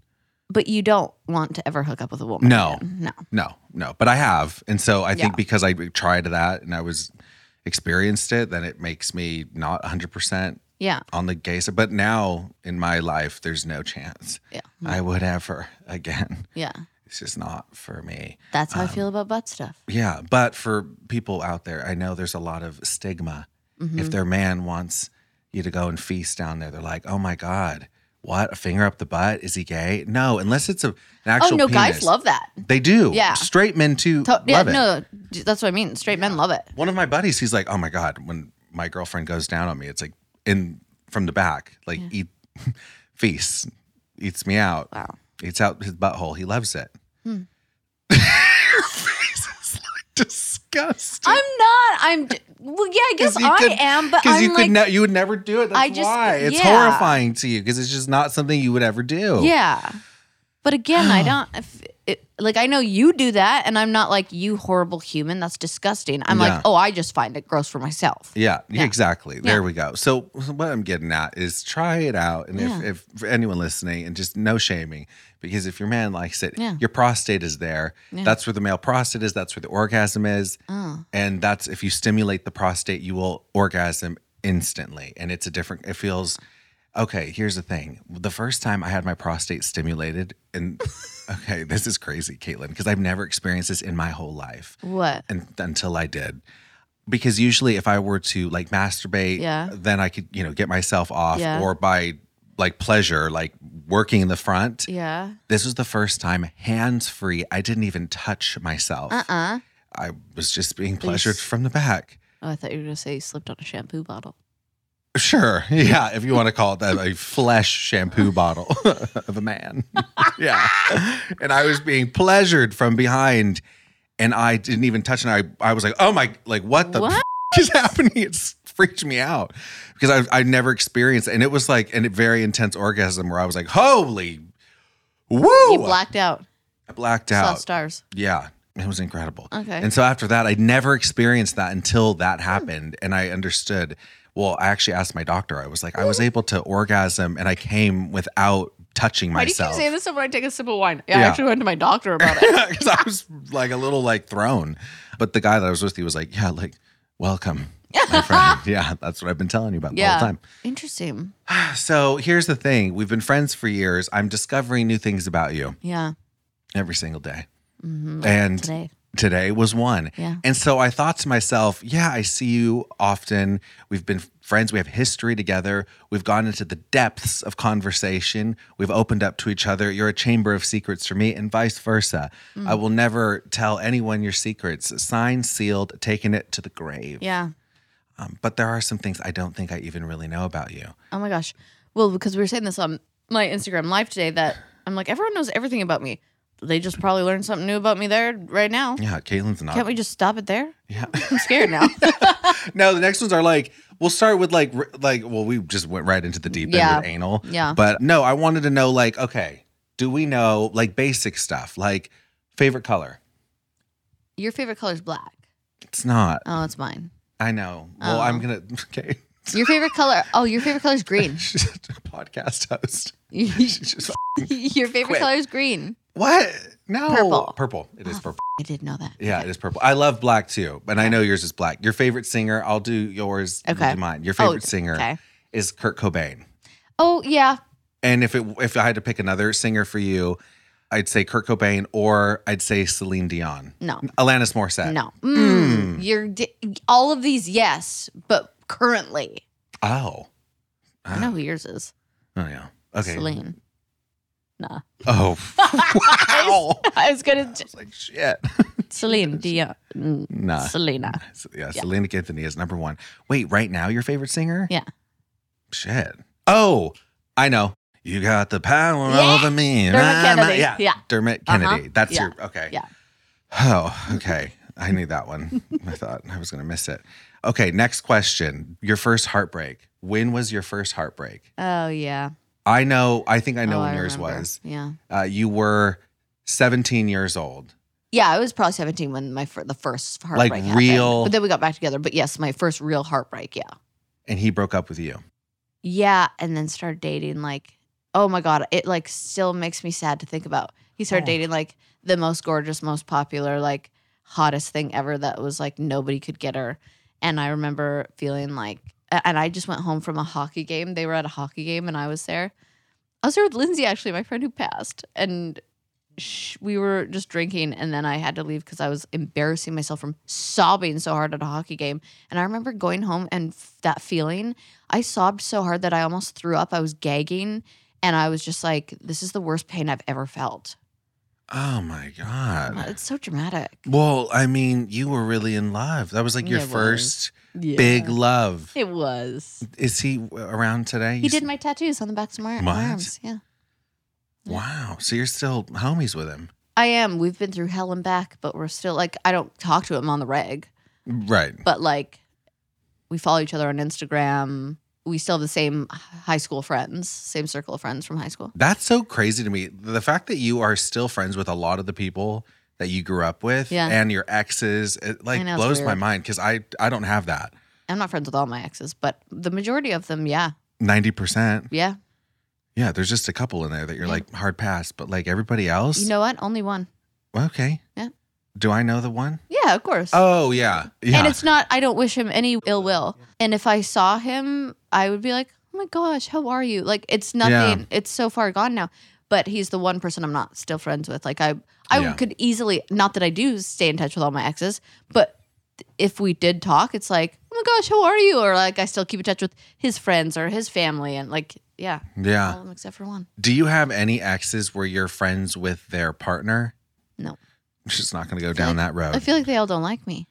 S6: But you don't want to ever hook up with a woman.
S3: No.
S6: again. No.
S3: No. No. But I have, and so I think
S6: Yeah.
S3: because I tried that and I was experienced it, then it makes me not 100 percent
S6: Yeah.
S3: on the gay side. But now in my life, there's no chance
S6: Yeah.
S3: I would ever again.
S6: Yeah.
S3: It's just not for me.
S6: That's how I feel about butt stuff.
S3: Yeah, but for people out there, I know there's a lot of stigma.
S6: Mm-hmm.
S3: If their man wants you to go and feast down there, they're like, "Oh my god, what? A finger up the butt? Is he gay?" No, unless it's a, an
S6: Oh,
S3: actual.
S6: no. Guys
S3: penis.
S6: love that.
S3: They do.
S6: Yeah.
S3: straight men too
S6: To-
S3: love
S6: yeah,
S3: it.
S6: no, that's what I mean. Straight men love it.
S3: One of my buddies, he's like, "Oh my god, when my girlfriend goes down on me, it's like in from the back, like eat, *laughs* feast, eats me out,
S6: Wow. Hmm.
S3: eats out his butthole. He loves it." *laughs* Your face is like disgusting.
S6: I'm not. I'm. d- Well, yeah, I guess
S3: you
S6: I
S3: could-
S6: am, but
S3: 'cause
S6: I'm
S3: you could
S6: like,
S3: ne- you would never do it. That's
S6: I just-
S3: why it's
S6: yeah.
S3: horrifying to you because it's just not something you would ever do.
S6: yeah. But
S3: *sighs*
S6: again, I don't. If it, like, I know you do that, and I'm not like you horrible human. That's disgusting. I'm
S3: Yeah.
S6: like, oh, I just find it gross for myself.
S3: Yeah,
S6: Yeah.
S3: exactly. There
S6: Yeah.
S3: we go. So what I'm getting at is try it out, and
S6: Yeah.
S3: if, if for anyone listening, and just no shaming, because if your man likes it,
S6: Yeah.
S3: your prostate is there.
S6: Yeah.
S3: That's where the male prostate is. That's where the orgasm is,
S6: Oh.
S3: and that's if you stimulate the prostate, you will orgasm instantly, and it's a different. It feels Okay, here's the thing. The first time I had my prostate stimulated, and *laughs* okay, this is crazy, Caitlin, because I've never experienced this in my whole life
S6: What?
S3: and, until I did. Because usually, if I were to like masturbate,
S6: Yeah.
S3: then I could, you know, get myself off
S6: Yeah.
S3: or by like pleasure, like working in the front.
S6: Yeah.
S3: This was the first time, hands free. I didn't even touch myself.
S6: Uh uh
S3: I was just being pleasured
S6: s-
S3: from the back.
S6: Oh, I thought you were gonna say you slipped on a shampoo bottle.
S3: Sure. *laughs* Yeah. If you want to call it that, a flesh shampoo bottle *laughs* of a man. *laughs* yeah. And I was being pleasured from behind and I didn't even touch. And I, I was like, oh my, like, what the
S6: What?
S3: f- *laughs* is happening? It's freaked me out because I, I never experienced it. And it was like an, a very intense orgasm where I was like, holy, woo.
S6: You blacked out.
S3: I blacked
S6: Saw
S3: out.
S6: stars.
S3: Yeah, it was incredible.
S6: Okay. Hmm.
S3: And so after that, I never experienced that until that happened. And I understood. Well, I actually asked my doctor. I was like, I was
S6: Hmm.
S3: able to orgasm and I came without touching
S6: Why do you
S3: myself.
S6: keep saying this when I take a sip of wine? Yeah, I
S3: Yeah.
S6: actually went to my
S3: *laughs*
S6: doctor about it.
S3: Because I was like a little like thrown. But the guy that I was with, he was like, Yeah, like,
S6: *laughs*
S3: welcome, my friend. *laughs* yeah, that's what I've been telling you about the
S6: yeah.
S3: whole time.
S6: Interesting.
S3: So here's the thing we've been friends for years. I'm discovering new things about you
S6: Yeah.
S3: every single day.
S6: Mhm.
S3: And
S6: Today.
S3: today was one.
S6: Yeah.
S3: And so I thought to myself, yeah, I see you often. We've been friends. We have history together. We've gone into the depths of conversation. We've opened up to each other. You're a chamber of secrets for me, and vice versa.
S6: Mm.
S3: I will never tell anyone your secrets. Signed, sealed, taken it to the grave.
S6: Yeah.
S3: Um, but there are some things I don't think I even really know about you.
S6: Oh my gosh. Well, because we were saying this on my Instagram live today that I'm like, everyone knows everything about me. They just probably learned something new about me there right now.
S3: Yeah, Caitlin's not.
S6: Can't we just stop it there?
S3: Uh, yeah.
S6: *laughs* I'm
S3: *laughs*
S6: scared now.
S3: No, the next ones are like we'll start with like r- like well we just went right into the deep
S6: Yeah.
S3: end with anal.
S6: Yeah.
S3: But no, I wanted to know like okay, do we know like basic stuff like favorite color?
S6: Your favorite color is black.
S3: It's not.
S6: Oh, it's mine.
S3: I know. Well,
S6: Oh.
S3: I'm gonna *laughs* okay.
S6: Your favorite color? Oh, your favorite color
S3: *laughs*
S6: is green. *laughs*
S3: She's a podcast host. She's just f-
S6: your favorite
S3: Quit.
S6: color is green.
S3: what? No,
S6: Purple. Ah.
S3: Purple. It is purple.
S6: I did know that.
S3: Yeah, it is purple. I love black too, and I know yours is black. Your favorite singer? I'll do yours. you
S6: Okay.
S3: do mine. Your
S6: Oh,
S3: favorite singer
S6: okay.
S3: is Kurt Cobain.
S6: Oh yeah.
S3: And if it if I had to pick another singer for you, I'd say Kurt Cobain or I'd say Celine Dion.
S6: No.
S3: Alanis Morissette.
S6: No. Mm. You're di- all of these yes, but currently
S3: Oh.
S6: I know who yours is.
S3: Oh yeah. Okay.
S6: Celine. *laughs* Nah. *laughs*
S3: Oh. *laughs* wow.
S6: I
S3: *laughs*
S6: was gonna
S3: It's like shit.
S6: Celine Dion. Mm,
S3: Nah.
S6: Selena.
S3: So, yeah, Selena Anthony is number one. Wait, right now your favorite singer?
S6: Yeah.
S3: Shit. Oh, I know. You got the power
S6: Yeah.
S3: over me.
S6: Dermot
S3: Nah, nah.
S6: Kennedy.
S3: Yeah.
S6: Yeah.
S3: Dermot
S6: Uh-huh.
S3: Kennedy. That's
S6: Yeah.
S3: your okay.
S6: Yeah.
S3: Oh, okay. I knew that one. I thought I was going to miss it. Okay, next question. Your first heartbreak. When was your first heartbreak?
S6: Oh yeah.
S3: I know, I think I know
S6: Oh,
S3: when yours
S6: remember.
S3: was.
S6: Yeah.
S3: Uh, you were 17 years old.
S6: Yeah, I was probably 17 when my fir- the first heartbreak
S3: Like,
S6: happened.
S3: real-
S6: But then we got back together. But yes, my first real heartbreak, yeah.
S3: And he broke up with you.
S6: Yeah, and then started dating like oh my god, it like still makes me sad to think about. He started dating like the most gorgeous, most popular, like hottest thing ever that was like nobody could get her. And I remember feeling like a- and I just went home from a hockey game. They were at a hockey game and I was there. I was there with Lindsay actually, my friend who passed, and sh- we were just drinking, and then I had to leave because I was embarrassing myself from sobbing so hard at a hockey game. And I remember going home and f- that feeling. I sobbed so hard that I almost threw up. I was gagging, and I was just like, "This is the worst pain I've ever felt."
S3: Oh my
S6: Uh,
S3: God.
S6: It's so dramatic.
S3: Well, I mean, you were really in love. That was like your
S6: It was.
S3: first
S6: Yeah.
S3: big love.
S6: It was.
S3: Is he around today?
S6: He did my tattoos on the backs of my my
S3: What?
S6: arms. Yeah.
S3: Wow. So you're still homies with him.
S6: I am. We've been through hell and back, but we're still like I don't talk to him on the reg.
S3: Right.
S6: but like we follow each other on Instagram. We still have the same high school friends, same circle of friends from high school.
S3: That's so crazy to me. The fact that you are still friends with a lot of the people that you grew up with
S6: Yeah.
S3: and your exes, it like
S6: I know, it's
S3: blows my
S6: weird.
S3: mind because I I don't have that.
S6: I'm not friends with all my exes, but the majority of them, yeah,
S3: Ninety percent.
S6: yeah.
S3: Yeah, there's just a couple in there that you're
S6: Yeah.
S3: like hard pass, but like everybody else.
S6: You know what? Only one.
S3: okay.
S6: Yeah.
S3: Do I know the one?
S6: Yeah, of course.
S3: Oh yeah. Yeah.
S6: And it's not. I don't wish him any ill will. And if I saw him, I would be like, oh my gosh, how are you? Like it's
S9: Yeah.
S6: nothing. It's so far gone now. But he's the one person I'm not still friends with. Like I, I
S9: Yeah.
S6: could easily, not that I do stay in touch with all my exes, but if we did talk, it's like, oh my gosh, how are you? Or like I still keep in touch with his friends or his family, and like, yeah, all
S9: Yeah.
S6: of them except for one.
S9: Do you have any exes where you're friends with their partner?
S6: No.
S9: I'm just not going to go down that road.
S6: I feel like they all don't like me.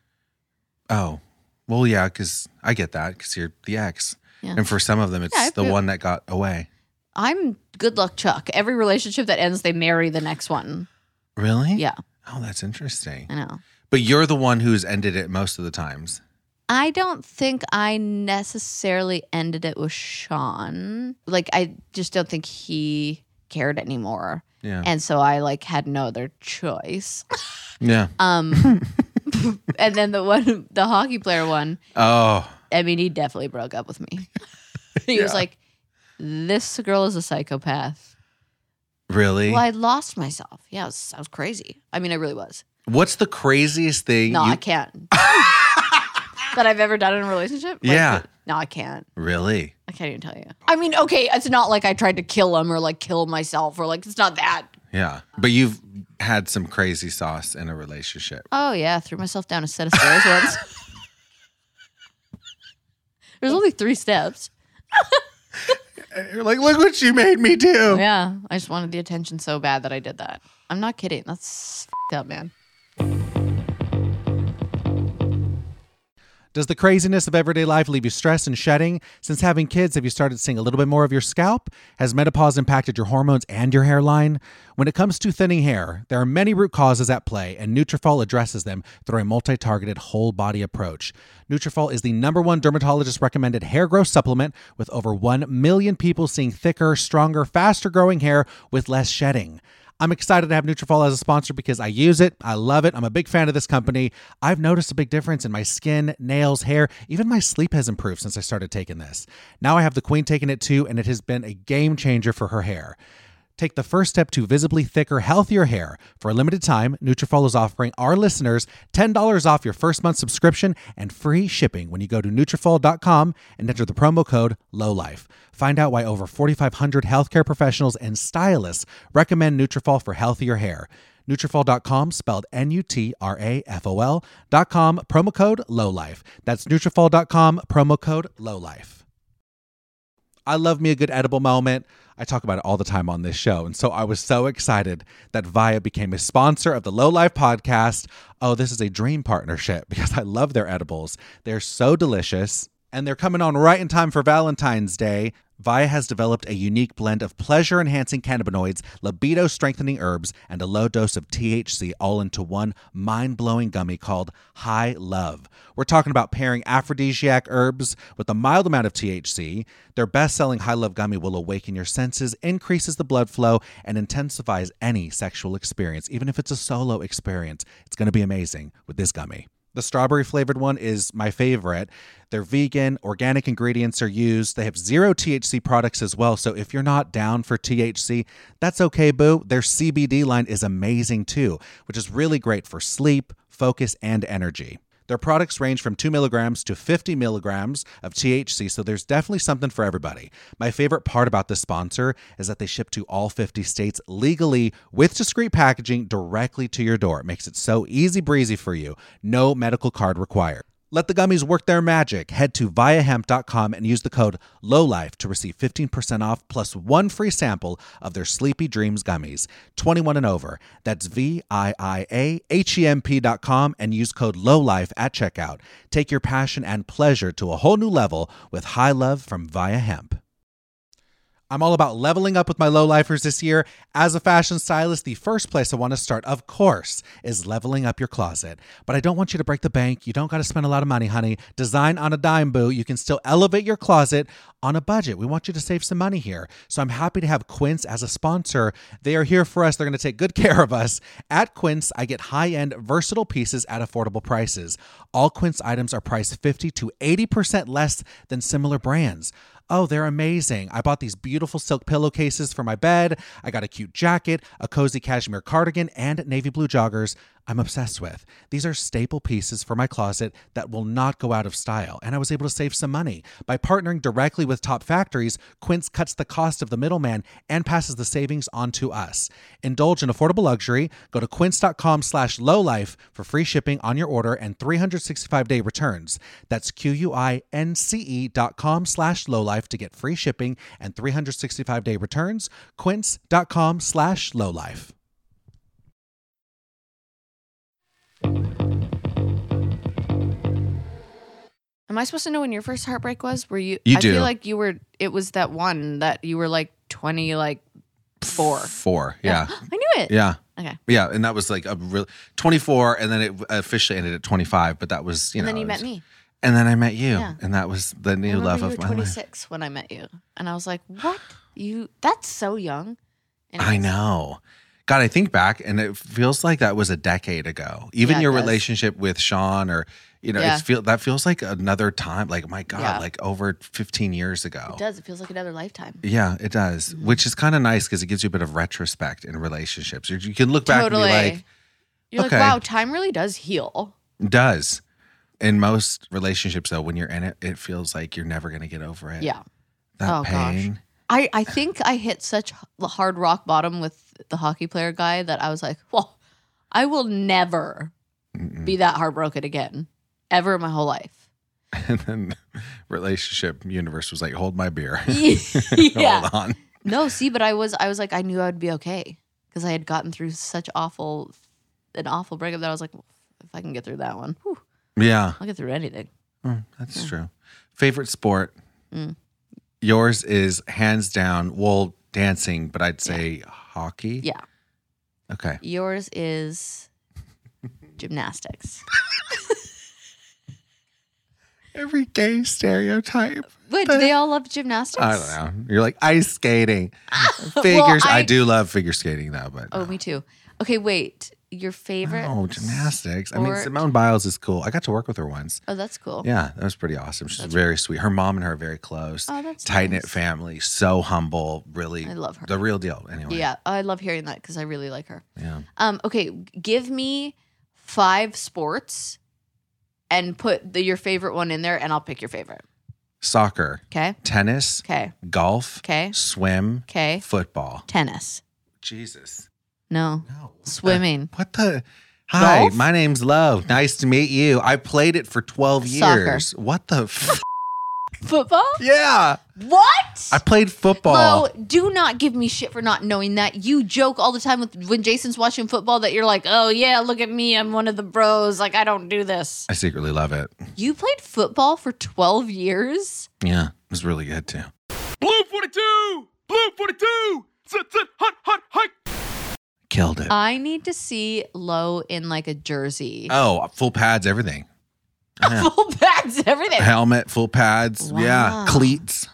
S9: oh, well, yeah, because I get that because you're the ex.
S6: Yeah.
S9: And for some of them, it's
S6: Yeah, I
S9: the
S6: feel-
S9: one that got away.
S6: I'm good luck Chuck. Every relationship that ends, they marry the next one.
S9: Really?
S6: Yeah,
S9: Oh, that's interesting.
S6: I know.
S9: But you're the one who's ended it most of the times.
S6: I don't think I necessarily ended it with Sean. Like I just don't think he cared anymore.
S9: Yeah.
S6: And so I like had no other choice.
S9: yeah. *laughs*
S6: Um *laughs* and then the one the hockey player one,
S9: Oh,
S6: I mean he definitely broke up with me. *laughs* he was like this girl is a psychopath.
S9: really?
S6: Well, I lost myself. Yeah, I was, I was crazy. I mean, I really was.
S9: What's the craziest thing?
S6: No,
S9: you-
S6: I can't. *laughs* that I've ever done in a relationship? Like,
S9: Yeah.
S6: No, I can't.
S9: Really?
S6: I can't even tell you. I mean, okay, it's not like I tried to kill him or like kill myself or like it's not that.
S9: Yeah. But you've had some crazy sauce in a relationship.
S6: Oh yeah, threw myself down a set of stairs *laughs* once. There's only three steps.
S9: You're like, look what you made me do.
S6: Yeah, I just wanted the attention so bad that I did that. I'm not kidding. That's fed up, man.
S3: Does the craziness of everyday life leave you stressed and shedding? Since having kids, have you started seeing a little bit more of your scalp? Has menopause impacted your hormones and your hairline? When it comes to thinning hair, there are many root causes at play, and Nutrafol addresses them through a multi-targeted whole body approach. Nutrafol is the number one dermatologist recommended hair growth supplement with over 1 million people seeing thicker, stronger, faster growing hair with less shedding. I'm excited to have Nutrafol as a sponsor because I use it. I love it. I'm a big fan of this company. I've noticed a big difference in my skin, nails, hair. Even my sleep has improved since I started taking this. Now I have the queen taking it too, and it has been a game changer for her hair. Take the first step to visibly thicker, healthier hair. For a limited time, Nutrafol is offering our listeners $10 off your first month subscription and free shipping when you go to Nutrafol.com and enter the promo code LOWLIFE. Find out why over 4,500 healthcare professionals and stylists recommend Nutrafol for healthier hair. Nutrafol.com, spelled N-U-T-R-A-F-O-L dot com, promo code LOWLIFE. That's Nutrafol.com, promo code LOWLIFE. I love me a good edible moment. I talk about it all the time on this show. And so I was so excited that Via became a sponsor of the Low Life podcast. Oh, this is a dream partnership *laughs* because I love their edibles. They're so delicious and they're coming on right in time for Valentine's Day. Via has developed a unique blend of pleasure enhancing cannabinoids, libido strengthening herbs, and a low dose of THC all into one mind blowing gummy called High Love. We're talking about pairing aphrodisiac herbs with a mild amount of THC. Their best selling High Love gummy will awaken your senses, increases the blood flow, and intensifies any sexual experience, even if it's a solo experience. It's going to be amazing with this gummy. The strawberry flavored one is my favorite. They're vegan, organic ingredients are used. They have zero THC products as well. So if you're not down for THC, that's okay, boo. Their CBD line is amazing too, which is really great for sleep, focus, and energy. Their products range from 2 milligrams to 50 milligrams of THC, so there's definitely something for everybody. My favorite part about this sponsor is that they ship to all 50 states legally with discreet packaging directly to your door. It makes it so easy breezy for you. No medical card required. Let the gummies work their magic. Head to viahemp.com and use the code LOWLIFE to receive 15% off plus one free sample of their Sleepy Dreams gummies, 21 and over. That's V I I A H E M P.com and use code LOWLIFE at checkout. Take your passion and pleasure to a whole new level with high love from Via Hemp. I'm all about leveling up with my low lifers this year. As a fashion stylist, the first place I want to start, of course, is leveling up your closet. But I don't want you to break the bank. You don't got to spend a lot of money, honey. Design on a dime, boo. You can still elevate your closet on a budget. We want you to save some money here. So I'm happy to have Quince as a sponsor. They are here for us. They're going to take good care of us. At Quince, I get high end, versatile pieces at affordable prices. All Quince items are priced 50 to 80% less than similar brands. Oh, they're amazing. I bought these beautiful silk pillowcases for my bed. I got a cute jacket, a cozy cashmere cardigan, and navy blue joggers.
S10: I'm obsessed with. These are staple pieces for my closet that will not go out of style, and I was able to save some money. By partnering directly with top factories, Quince cuts the cost of the middleman and passes the savings on to us. Indulge in affordable luxury. Go to quince.com slash lowlife for free shipping on your order and 365-day returns. That's Q-U-I-N-C-E E dot com slash lowlife to get free shipping and 365-day returns. Quince.com slash lowlife.
S6: Am I supposed to know when your first heartbreak was? Were you?
S3: You
S6: I
S3: do.
S6: feel like you were. It was that one that you were like twenty, like four.
S3: Four. Yeah.
S6: *gasps* I knew it.
S3: Yeah.
S6: Okay.
S3: Yeah. And that was like a real 24, and then it officially ended at 25. But that was, you
S6: and
S3: know.
S6: then you
S3: it
S6: met
S3: was-
S6: me.
S3: And then I met you.
S6: Yeah.
S3: And that was the
S6: I
S3: new
S6: remember
S3: love
S6: you
S3: of
S6: were
S3: my
S6: twenty
S3: life.
S6: six when I met you, and I was like, "What? You? That's so young." And
S3: I
S6: it's-
S3: know. God, I think back and it feels like that was a decade ago. Even
S6: Yeah, it
S3: your
S6: does.
S3: relationship with Sean or you know,
S6: Yeah.
S3: it's feel that feels like another time. Like my God,
S6: Yeah.
S3: like over 15 years ago.
S6: It does. It feels like another lifetime.
S3: Yeah, it does. Which is kind of nice because it gives you a bit of retrospect in relationships. You- You can look back
S6: totally.
S3: and be like,
S6: You're
S3: okay.
S6: like, wow, time really does heal.
S3: does. In most relationships though, when you're in it, it feels like you're never gonna get over it.
S6: Yeah.
S3: That
S6: Oh, gosh.
S3: pain. *laughs*
S6: I, I think I hit such h- hard rock bottom with the hockey player guy that I was like, well, I will never be that heartbroken again, ever in my
S3: *laughs*
S6: whole life. *laughs*
S3: And then relationship universe was like, hold my beer. *laughs*
S6: yeah.
S3: hold on.
S6: No, see, but I was I was like I knew I would be okay because I had gotten through such awful, an awful breakup that I was like, if I can get through that one, whew,
S3: Yeah.
S6: I'll get through anything.
S3: Mm, that's true. Favorite sport?
S6: Mm.
S3: Yours is hands down, well, dancing, but I'd say hockey.
S6: Yeah.
S3: Okay.
S6: Yours
S3: *laughs*
S6: is gymnastics.
S3: Every gay stereotype.
S6: Wait, do they all love gymnastics?
S3: I don't know. You're like ice
S6: *laughs*
S3: skating, figures. I,
S6: I-
S3: do love figure skating though, but
S6: Oh, me too. Okay, wait. Your favorite?
S3: no Oh, gymnastics. I mean,
S6: sport?
S3: Simone Biles is cool. I got to work with her once.
S6: Oh, that's cool.
S3: Yeah, that was pretty awesome. She's very sweet. Her mom and her are very close.
S6: Oh, that's
S3: tight knit
S6: nice.
S3: family. So humble. Really,
S6: I love her.
S3: The real deal. Anyway.
S6: Yeah, I love hearing that because I really like her.
S3: Yeah.
S6: Um, okay, g- give me five sports and put the, your favorite one in there, and I'll pick your favorite.
S3: Soccer,
S6: Okay,
S3: tennis,
S6: okay,
S3: golf,
S6: okay,
S3: swim,
S6: okay.
S3: football.
S6: Tennis.
S3: Jesus.
S6: No,
S3: No.
S6: swimming.
S3: What the? Hi,
S6: Golf?
S3: my name's Love. Nice to meet you. I played it for 12
S6: Soccer.
S3: years. What the? F-
S6: Football?
S3: yeah.
S6: What?
S3: I played football.
S6: Lo, do not give me shit for not knowing that. You joke all the time with when Jason's watching football that you're like, "Oh yeah, look at me, I'm one of the bros. Like I don't do this."
S3: I secretly love it.
S6: You played football for 12 years?
S3: Yeah. It was really good too.
S5: Blue 42! Blue 42! Zut, zut, hut, hut, hut!
S3: Killed it.
S6: I need to see Lo in like a jersey.
S3: oh, full pads, everything. yeah.
S6: *laughs* Full pads, everything.
S3: Helmet, full pads. Yeah.
S6: Wow.
S3: Cleats.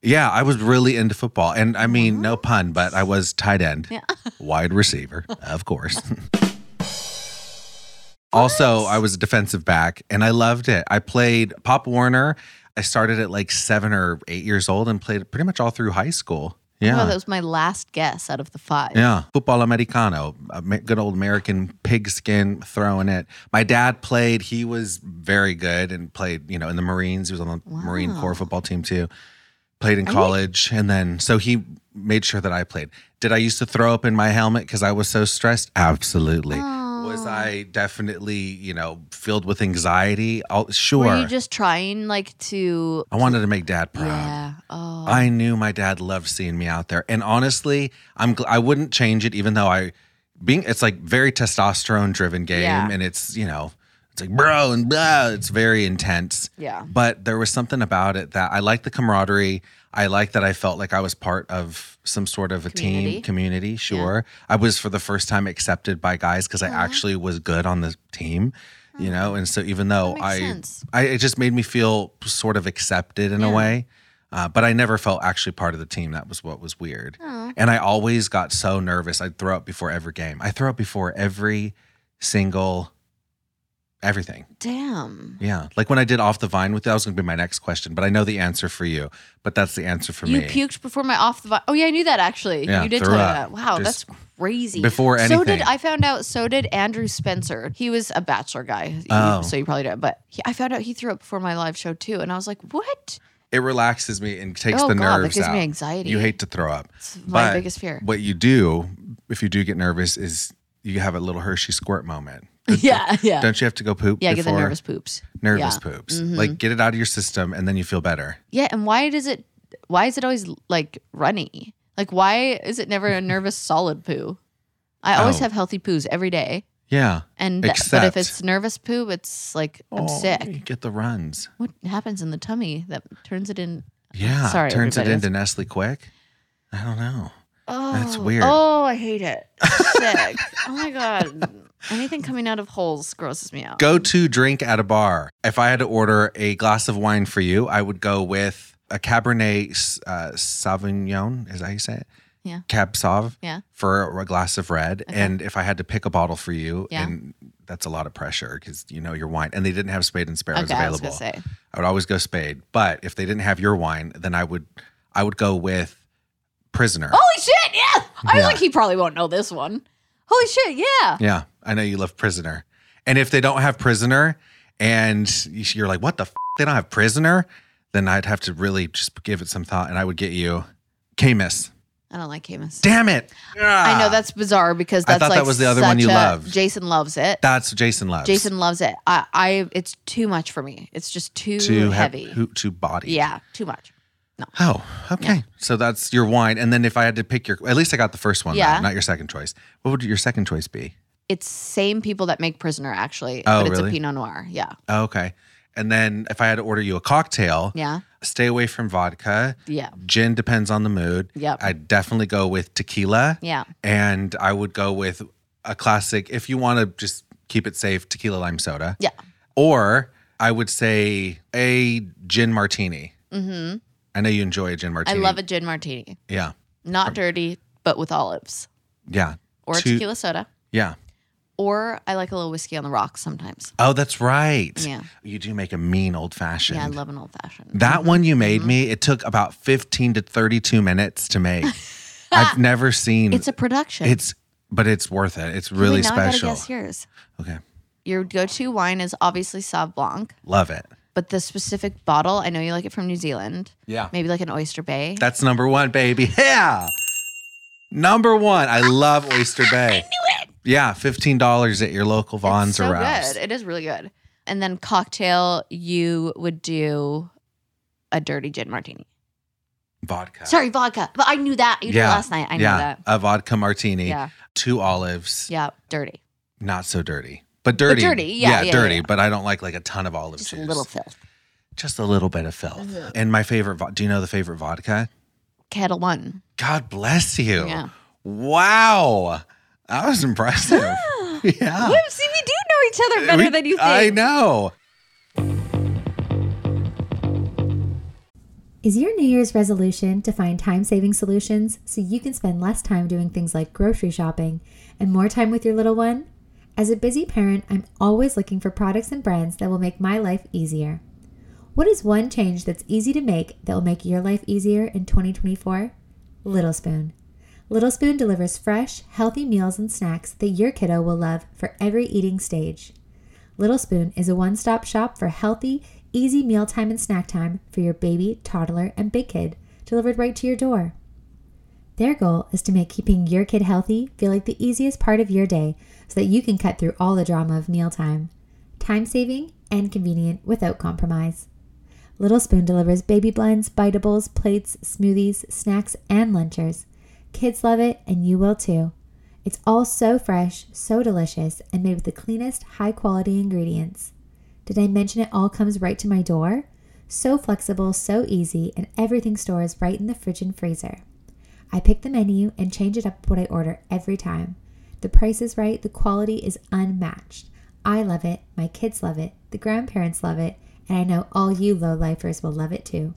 S3: Yeah, I was really into football. And I mean, no pun, but I was tight end,
S6: Yeah. *laughs*
S3: wide receiver, of course. Also, I was a defensive back and I loved it. I played Pop Warner. I started at like seven or eight years old and played pretty much all through high school. Yeah.
S6: Oh, that was my last guess out of the five.
S3: yeah. Football Americano, a ma- good old American pigskin throwing it. My dad played. He was very good and played, you know, in the Marines. He was on the Marine Corps football team too. Played in college. And then, so he made sure that I played. Did I used to throw up in my helmet because I was so stressed? Absolutely. Was I definitely, you know, filled with anxiety? All, sure.
S6: Were you just trying like to
S3: I wanted to make dad proud.
S6: Yeah. Oh.
S3: I knew my dad loved seeing me out there, and honestly, I'm gl- I wouldn't change it, even though I being it's like very testosterone driven game,
S6: Yeah.
S3: and it's you know it's like bro and blah, it's very intense.
S6: Yeah.
S3: But there was something about it that I liked the camaraderie. I liked that I felt like I was part of some sort of a
S6: Community.
S3: team community. Sure, I was for the first time accepted by guys because I actually was good on the team. You know,
S6: Hmm.
S3: and so even though
S6: makes
S3: I,
S6: sense.
S3: I, it just made me feel sort of accepted in a way. Uh, but I never felt actually part of the team. That was what was weird.
S6: Oh,
S3: And I always got so nervous. I'd throw up before every game. I throw up before every single Everything.
S6: Damn.
S3: Yeah. Like when I did Off the Vine with that was going to be my next question, but I know the answer for you, but that's the answer for
S6: You
S3: me.
S6: puked before my off the. Vi- oh yeah, I knew that actually.
S3: Yeah,
S6: you did
S3: threw
S6: tell me
S3: up.
S6: that. Wow,
S3: Just
S6: that's crazy.
S3: before
S6: So
S3: anything.
S6: did I found out? So did Andrew Spencer. He was a Bachelor guy, you-
S3: Oh.
S6: so you probably don't. But he, I found out he threw up before my live show too, and I was like, "What?
S3: it relaxes me and takes
S6: Oh,
S3: the
S6: God, that
S3: nerves
S6: gives me
S3: out.
S6: anxiety.
S3: You hate to throw up.
S6: It's my
S3: But
S6: biggest fear."
S3: What you do if you do get nervous is you have a little Hershey squirt moment.
S6: *laughs* yeah, yeah,
S3: Don't you have to go poop?
S6: yeah. Mm-hmm. I Get
S3: before
S6: the nervous poops.
S3: nervous
S6: Yeah.
S3: poops. Like get it out of your system and then you feel better.
S6: Yeah, and why does it? Why is it always like runny? Like why is it never
S3: *laughs*
S6: a nervous solid poo? I always
S3: Oh.
S6: have healthy poos every day,
S3: Yeah.
S6: and th- but
S3: Except-
S6: if it's nervous poo, it's like I'm
S3: Oh, You
S6: sick.
S3: get the runs.
S6: What happens in the tummy that turns it in?
S3: Yeah.
S6: Sorry,
S3: Turns it
S6: everybody,
S3: into Nestle Quick. I don't know.
S6: Oh,
S3: That's weird.
S6: Oh, I
S3: *laughs*
S6: hate it. Sick. oh my god. Anything coming out of holes grosses me out.
S3: Go to drink at a bar. If I had to order a glass of wine for you, I would go with a Cabernet uh, Sauvignon. Is that how you say it?
S6: Yeah.
S3: Cab Sauv.
S6: Yeah.
S3: For a glass of red. And if I had to pick a bottle for you,
S6: Yeah.
S3: and that's a lot of pressure because you know your wine. And they didn't have Spade and Sparrows
S6: okay, I was
S3: available.
S6: gonna say.
S3: I would always go Spade. But if they didn't have your wine, then I would I would go with Prisoner.
S6: Holy shit! Yeah, I was
S3: Yeah.
S6: like, he probably won't know this one. Holy shit! Yeah.
S3: Yeah, I know you love Prisoner. And if they don't have Prisoner and you're like, what the f? They don't have Prisoner, then I'd have to really just give it some thought and I would get you Camus.
S6: I don't like Camus.
S3: Damn it.
S6: I know that's bizarre because
S3: I
S6: that's
S3: thought
S6: like
S3: that was the other one
S6: such
S3: you
S6: a-
S3: loved.
S6: Jason loves it.
S3: That's what Jason loves.
S6: Jason loves it. I, I, it's too much for me. It's just too,
S3: too hep-
S6: heavy.
S3: who- too body.
S6: yeah, too much.
S3: Oh, okay. So that's your wine. And then if I had to pick your, at least I got the first one, yeah.
S6: Yeah.
S3: not your second choice. What would your second choice be?
S6: It's same people that make Prisoner actually,
S3: Oh,
S6: but it's
S3: really?
S6: a Pinot Noir. Yeah,
S3: Oh, okay. And then if I had to order you a cocktail,
S6: yeah,
S3: stay away from vodka.
S6: yeah,
S3: Gin depends on the mood.
S6: Yep.
S3: I'd definitely go with tequila.
S6: yeah.
S3: And I would go with a classic, if you want to just keep it safe, tequila lime soda.
S6: Yeah.
S3: Or I would say a gin martini.
S6: Mm-hmm.
S3: I know you enjoy a gin
S6: I
S3: martini.
S6: love a gin martini,
S3: Yeah.
S6: not dirty, but with olives
S3: Yeah.
S6: or
S3: Um, Two-
S6: tequila soda,
S3: Yeah.
S6: or I like a little whiskey on the rocks sometimes.
S3: Oh, that's right.
S6: Yeah.
S3: You do make a mean old fashioned.
S6: Yeah, I love Mm-hmm. an old fashioned.
S3: That one you made me, it took about 15 to 32 minutes to
S6: *laughs*
S3: make. I've never seen
S6: it's a production.
S3: it's but it's worth it. It's really
S6: Wait, now
S3: special.
S6: I gotta guess yours.
S3: Okay.
S6: Your go-to wine is obviously Sauv Blanc.
S3: Love it.
S6: but the specific bottle, I know you like it from New Zealand.
S3: Yeah.
S6: Maybe like an Oyster Bay.
S3: That's number one, baby. Yeah. Number one. I love Oyster Bay. I knew it. Yeah, fifteen dollars at your local Vons
S6: it's so
S3: or Ralphs.
S6: good. It is really good. And then cocktail, you would do a dirty gin martini.
S3: Vodka.
S6: Sorry, vodka. But I knew that. You did
S3: Yeah.
S6: last night. I knew
S3: yeah,
S6: that.
S3: a vodka martini,
S6: Yeah.
S3: two olives,
S6: Yeah. Dirty.
S3: not so dirty, but dirty,
S6: dirty, yeah, yeah, yeah,
S3: dirty.
S6: yeah.
S3: But I don't like like a ton of olive
S6: Just
S3: juice,
S6: a little filth.
S3: just a little bit of filth. And my favorite, vo- do you know the favorite vodka? *laughs*
S6: Kettle one.
S3: God bless you.
S6: Yeah.
S3: Wow, that was
S6: *laughs*
S3: impressive. yeah,
S6: See, we do know each other better
S3: We-
S6: than you think.
S3: I know.
S11: Is your New Year's resolution to find time saving solutions so you can spend less time doing things like grocery shopping and more time with your little one? As a busy parent, I'm always looking for products and brands that will make my life easier. What is one change that's easy to make that will make your life easier in 2024? Little Spoon. Little Spoon delivers fresh, healthy meals and snacks that your kiddo will love for every eating stage. Little Spoon is a one stop shop for healthy, easy mealtime and snack time for your baby, toddler, and big kid, delivered right to your door. Their goal is to make keeping your kid healthy feel like the easiest part of your day so that you can cut through all the drama of mealtime. Time saving and convenient without compromise. Little Spoon delivers baby blends, biteables, plates, smoothies, snacks, and lunchers. Kids love it, and you will too. It's all so fresh, so delicious, and made with the cleanest, high quality ingredients. Did I mention it all comes right to my door? So flexible, so easy, and everything stores right in the fridge and freezer. I pick the menu and change it up what I order every time. The price is right, the quality is unmatched. I love it, my kids love it, the grandparents love it, and I know all you low lifers will love it too.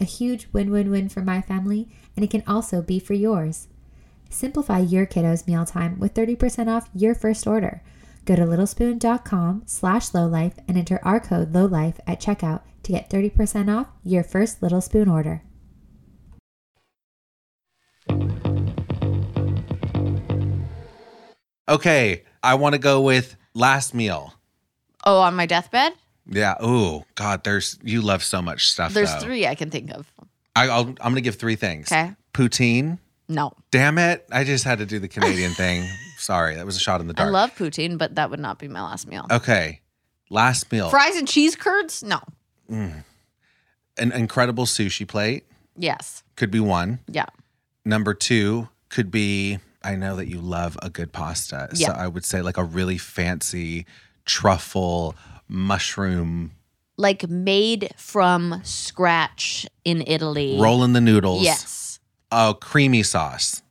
S11: A huge win win win for my family, and it can also be for yours. Simplify your kiddo's mealtime with 30% off your first order. Go to littlespoon.com slash lowlife and enter our code lowlife at checkout to get 30% off your first Little Spoon order.
S3: Okay, I want to go with last meal.
S6: Oh, on my deathbed?
S3: Yeah. Ooh, God, there's you love so much stuff.
S6: There's
S3: though.
S6: three I can think of.
S3: I, I'll, I'm gonna give three things.
S6: Okay.
S3: Poutine.
S6: No.
S3: Damn it! I just had to do the Canadian thing. *laughs* Sorry, that was a shot in the dark. Oh.
S6: I love poutine, but that would not be my last meal.
S3: Okay, last meal.
S6: Fries and cheese curds? No.
S3: An incredible sushi plate
S6: Yes.
S3: could be one.
S6: Yeah.
S3: Number two could be I know that you love a good pasta.
S6: Yeah.
S3: So I would say like a really fancy truffle mushroom
S6: Like made from scratch in Italy.
S3: roll in the noodles.
S6: Yes.
S3: Oh, creamy sauce.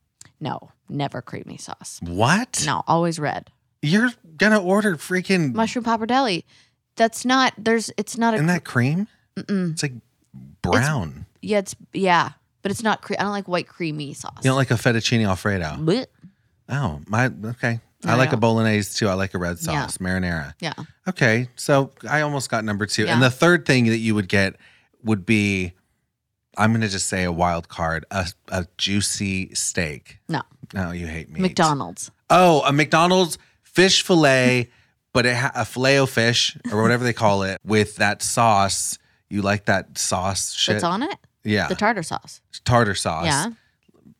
S6: No. Never creamy sauce.
S3: What?
S6: No. Always red.
S3: You're gonna order freaking
S6: Mushroom pappardelle. That's not. There's. It's not a.
S3: isn't that cream?
S6: mm-mm.
S3: It's like brown.
S6: Yeah. It's yeah. But it's not. Cre- I don't like white creamy sauce.
S3: you don't like a fettuccine alfredo.
S6: Blech.
S3: Oh, my okay. I
S6: I
S3: like a
S6: don't.
S3: bolognese too. I like a red
S6: Yeah.
S3: sauce, marinara.
S6: Yeah.
S3: Okay, so I almost got number two. And
S6: Yeah.
S3: the third thing that you would get would be, I'm going to just say a wild card, a, a juicy steak.
S6: No.
S3: No, you hate meat.
S6: McDonald's.
S3: Oh, a McDonald's fish fillet, but it ha- a filet o fish or whatever they call it with that sauce. You like that sauce shit?
S6: That's on it.
S3: Yeah,
S6: The tartar sauce.
S3: tartar sauce.
S6: Yeah.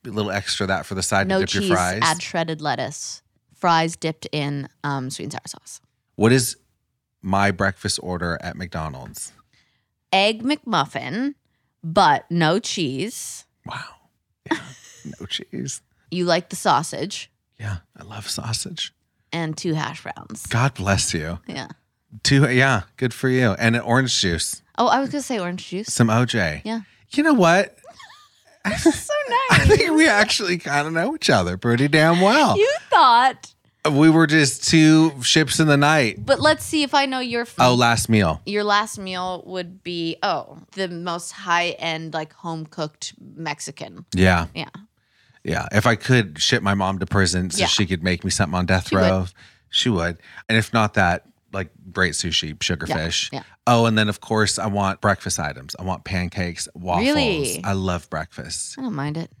S3: a little extra of that for the side
S6: no
S3: to dip
S6: cheese.
S3: your fries.
S6: Add shredded lettuce. Fries dipped in um, sweet and sour sauce.
S3: what is my breakfast order at McDonald's?
S6: Egg McMuffin, but no cheese.
S3: Wow,
S6: *laughs*
S3: yeah, no cheese.
S6: You like the sausage
S3: Yeah, I love sausage.
S6: and two hash browns.
S3: God bless you.
S6: Yeah.
S3: Two, yeah, good for you. And an orange juice,
S6: Oh, I was gonna say orange juice.
S3: some OJ.
S6: Yeah.
S3: You know what? *laughs*
S6: So
S3: I
S6: nice.
S3: think we actually kind of know each other pretty damn well.
S6: *laughs* you thought,
S3: we were just two ships in the night.
S6: but let's see if I know your. f-
S3: Oh, last meal.
S6: your last meal would be oh the most high end like home cooked Mexican.
S3: Yeah,
S6: Yeah.
S3: yeah. If I could ship my mom to prison so
S6: Yeah.
S3: she could make me something on death
S6: She would.
S3: row, she would. And if not that, like great sushi, sugarfish.
S6: yeah.
S3: Oh, and then of course I want breakfast items. I want pancakes, waffles.
S6: Really?
S3: I love breakfast.
S6: I don't mind it.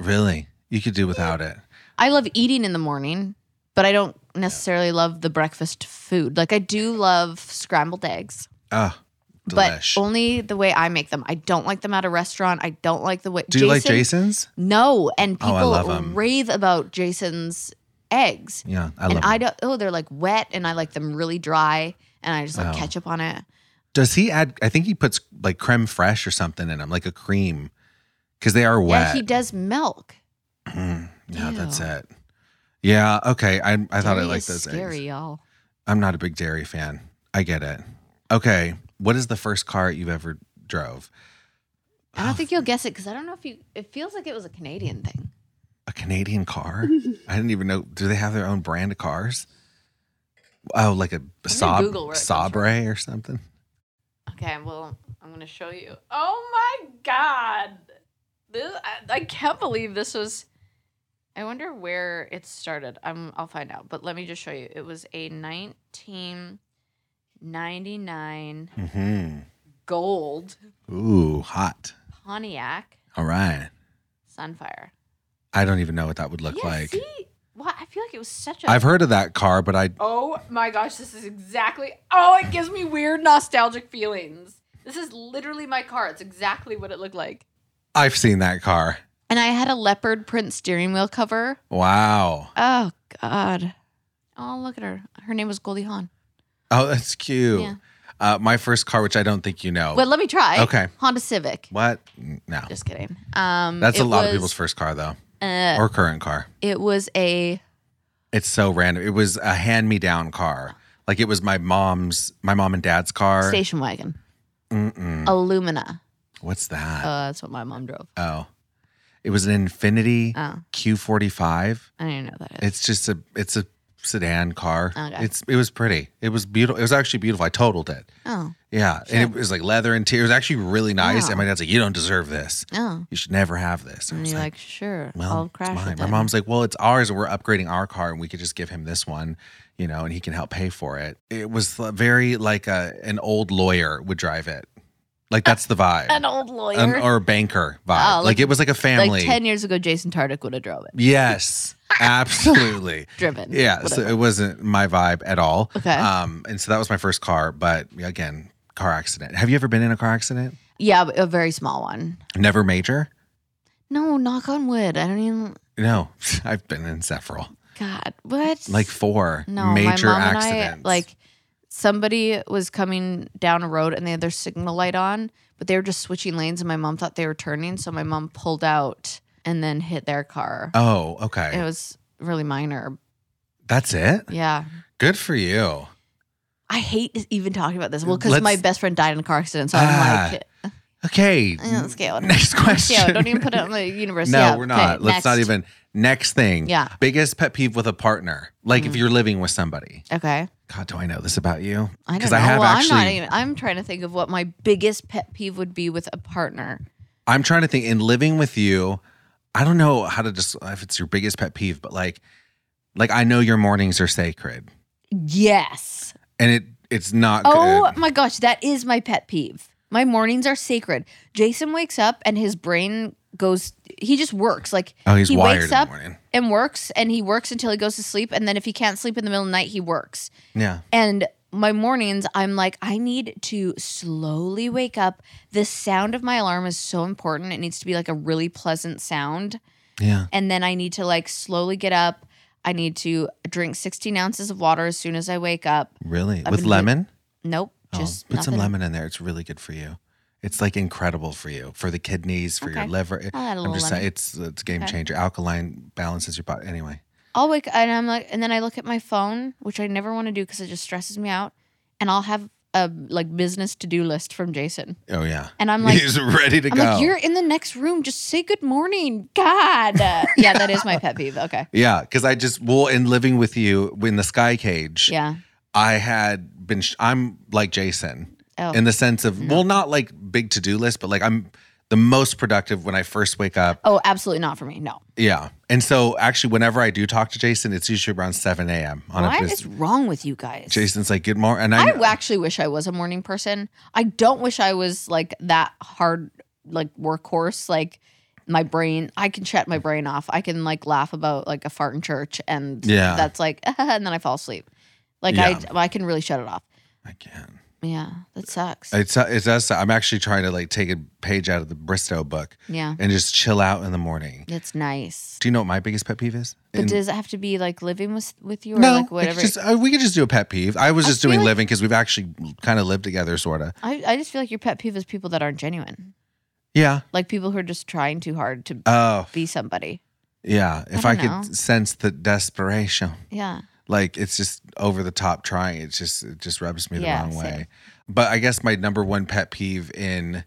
S3: Really, you could do without it.
S6: I love eating in the morning, but I don't necessarily love the breakfast food. Like I do love scrambled eggs,
S3: Oh, delish.
S6: but only the way I make them. I don't like them at a restaurant. I don't like the way
S3: do you like Jason's?
S6: No, and
S3: Oh, I
S6: people
S3: love 'em.
S6: rave about Jason's eggs.
S3: Yeah, I love.
S6: and I
S3: him.
S6: don't oh, they're like wet and I like them really dry and I just like
S3: Oh.
S6: ketchup on it.
S3: Does he add? I think he puts like creme fraiche or something in them, like a cream, because they are wet.
S6: Yeah, he does milk.
S3: Mm, yeah, that's
S6: Ew.
S3: it. Yeah, okay. I I thought I
S6: Dairy
S3: liked
S6: is
S3: those
S6: scary,
S3: eggs.
S6: y'all.
S3: I'm not a big dairy fan. I get it. Okay, what is the first car you've ever drove?
S6: I
S3: Oh,
S6: don't think you'll guess it because I don't know if you. It feels like it was a Canadian thing.
S3: a Canadian
S6: *laughs*
S3: car. I didn't even know. Do they have their own brand of cars? Oh, like a Saab,
S6: Google where it comes from.
S3: Sabre or something.
S6: Okay, well, I'm gonna show you. Oh my god, this I, I can't believe this was. I wonder where it started. I'm. I'll find out. But let me just show you. It was a 1999
S3: hmm
S6: gold
S3: Ooh, hot.
S6: Pontiac
S3: All right.
S6: Sunfire.
S3: I don't even know what that would look
S6: Yeah,
S3: like.
S6: see, what I feel like it was such a.
S3: I've heard of that car, but I
S6: Oh my gosh, this is exactly. Oh, it gives me weird nostalgic feelings. This is literally my car. It's exactly what it looked like.
S3: I've seen that car.
S6: And I had a leopard print steering wheel cover.
S3: Wow.
S6: Oh God. Oh, look at her. Her name was Goldie Hawn.
S3: Oh, that's cute.
S6: Yeah.
S3: Uh, my first car, which I don't think you know.
S6: Well, let me try.
S3: Okay.
S6: Honda Civic.
S3: What? No.
S6: Just kidding. Um,
S3: That's a
S6: it
S3: lot of
S6: was,
S3: people's first car, though,
S6: Uh,
S3: or current car.
S6: it was a
S3: It's so random. It was a hand me down car. Like it was my mom's, my mom and dad's car.
S6: station wagon,
S3: Mm-mm.
S6: Illumina.
S3: What's that?
S6: Uh, that's what my mom drove.
S3: oh, it was an Infinity
S6: Oh,
S3: Q45.
S6: I didn't know that.
S3: It's just a, it's a sedan car.
S6: Okay.
S3: It's it was pretty. It was beautiful. It was actually beautiful. I totaled it.
S6: Oh,
S3: Yeah, and it was like leather interior. It was actually really nice. And my dad's like, "You don't deserve this.
S6: oh.
S3: You should never have this." I
S6: And
S3: was
S6: you're
S3: like,
S6: like, sure,
S3: well,
S6: I'll
S3: it's
S6: crash
S3: mine.
S6: it.
S3: My
S6: then.
S3: mom's like, well, it's ours, and we're upgrading our car, and we could just give him this one, you know, and he can help pay for it. It was l- very like a an old lawyer would drive it, like that's the vibe,
S6: an old lawyer.
S3: An- or a banker vibe.
S6: Oh,
S3: like,
S6: like-
S3: it was like a family.
S6: Like ten years ago, Jason Tardik would have drove it, *laughs*
S3: yes, absolutely.
S6: driven.
S3: Yeah, so
S6: whatever.
S3: it wasn't my vibe at all.
S6: Okay.
S3: Um, and so that was my first car, but again, car accident. Have you ever been in a car accident?
S6: yeah, but a very small one.
S3: Never major?
S6: No, knock on wood. I don't even.
S3: No, *laughs* I've been in several,
S6: God, what?
S3: like four
S6: no,
S3: major
S6: my mom
S3: accidents.
S6: And I, like somebody was coming down a road and they had their signal light on, but they were just switching lanes, and my mom thought they were turning, so my mom pulled out and then hit their car.
S3: Oh, okay.
S6: It was really minor.
S3: That's it.
S6: Yeah.
S3: Good for you.
S6: I hate even talking about this. Well, because
S3: Let's- Ah,
S6: my best friend died in a car accident, so I'm like,
S3: Okay.
S6: eh, let's go.
S3: Next question.
S6: *laughs* Yeah, don't even put it on
S3: *laughs*
S6: the universe.
S3: No,
S6: Yeah,
S3: we're not.
S6: okay,
S3: Let's not
S6: next.
S3: even. Next thing.
S6: Yeah. Mm.
S3: Biggest pet peeve with a partner, like if you're living with somebody.
S6: Okay.
S3: God, do I know this about you?
S6: I don't
S3: 'Cause
S6: know.
S3: I have
S6: well,
S3: actually.
S6: I'm not even. I'm trying to think of what my biggest pet peeve would be with a partner.
S3: I'm trying to think. In living with you, I don't know how to just if it's your biggest pet peeve, but like, like I know your mornings are sacred,
S6: Yes.
S3: and it it's not.
S6: Oh
S3: good.
S6: my gosh, that is my pet peeve. My mornings are sacred. Jason wakes up and his brain goes. He just works. Like
S3: Oh, he's
S6: he
S3: wired
S6: wakes
S3: in the
S6: up
S3: morning.
S6: and works, and he works until he goes to sleep, and then if he can't sleep in the middle of the night, he works.
S3: Yeah.
S6: And my mornings, I'm like, I need to slowly wake up. The sound of my alarm is so important. It needs to be like a really pleasant sound.
S3: Yeah.
S6: And then I need to like slowly get up. I need to drink 16 ounces of water as soon as I wake up.
S3: Really.
S6: I've
S3: With
S6: been-
S3: lemon.
S6: Nope.
S3: Oh,
S6: Just
S3: put some
S6: nothing.
S3: lemon in there. It's really good for you. It's like incredible for you, for the kidneys, for your
S6: Okay.
S3: liver.
S6: I'll
S3: I'm
S6: add a little
S3: just saying,
S6: lemon.
S3: it's it's a game
S6: Okay.
S3: changer. Alkaline balances your body. Anyway,
S6: I'll wake and I'm like, and then I look at my phone, which I never want to do because it just stresses me out. And I'll have a like business to do list from Jason.
S3: oh yeah, *laughs*
S6: And I'm like,
S3: he's ready to
S6: I'm
S3: go.
S6: like, you're in the next room. Just say good morning. God. *laughs* yeah, that is my pet peeve. Okay.
S3: yeah, because I just well, in living with you in the sky cage,
S6: Yeah.
S3: I had been. Sh- I'm like Jason
S6: Oh.
S3: in the sense of well, not like big to do list, but like I'm the most productive when I first wake up.
S6: oh, absolutely not for me. No.
S3: Yeah, and so actually, whenever I do talk to Jason, it's usually around seven a.m. on a
S6: What
S3: bus-
S6: is wrong with you guys?
S3: Jason's like, good morning. And
S6: I
S3: I,
S6: actually wish I was a morning person. I don't wish I was like that hard, like workhorse. Like my brain, I can shut my brain off. I can like laugh about like a fart in church, and
S3: Yeah.
S6: that's like, *laughs* and then I fall asleep. Like
S3: Yeah.
S6: I, I can really shut it off.
S3: I can't.
S6: Yeah, that sucks.
S3: It's it does. I'm actually trying to like take a page out of the Bristow book
S6: yeah,
S3: and just chill out in the morning.
S6: it's nice.
S3: Do you know what my biggest pet peeve is?
S6: But
S3: In-
S6: does it have to be like living with with you or
S3: no,
S6: like
S3: we could
S6: whatever?
S3: just, uh, we could just do a pet peeve. I was
S6: I
S3: just doing
S6: feel like-
S3: living because we've actually kind of lived together, sort of.
S6: I, I just feel like your pet peeve is people that aren't genuine,
S3: Yeah.
S6: like people who are just trying too hard to
S3: Oh,
S6: be somebody.
S3: yeah. If I,
S6: I
S3: could
S6: don't know.
S3: sense the desperation,
S6: Yeah.
S3: like it's just over the top trying. It's just it just rubs me the
S6: Yeah,
S3: wrong
S6: same.
S3: way. But I guess my number one pet peeve in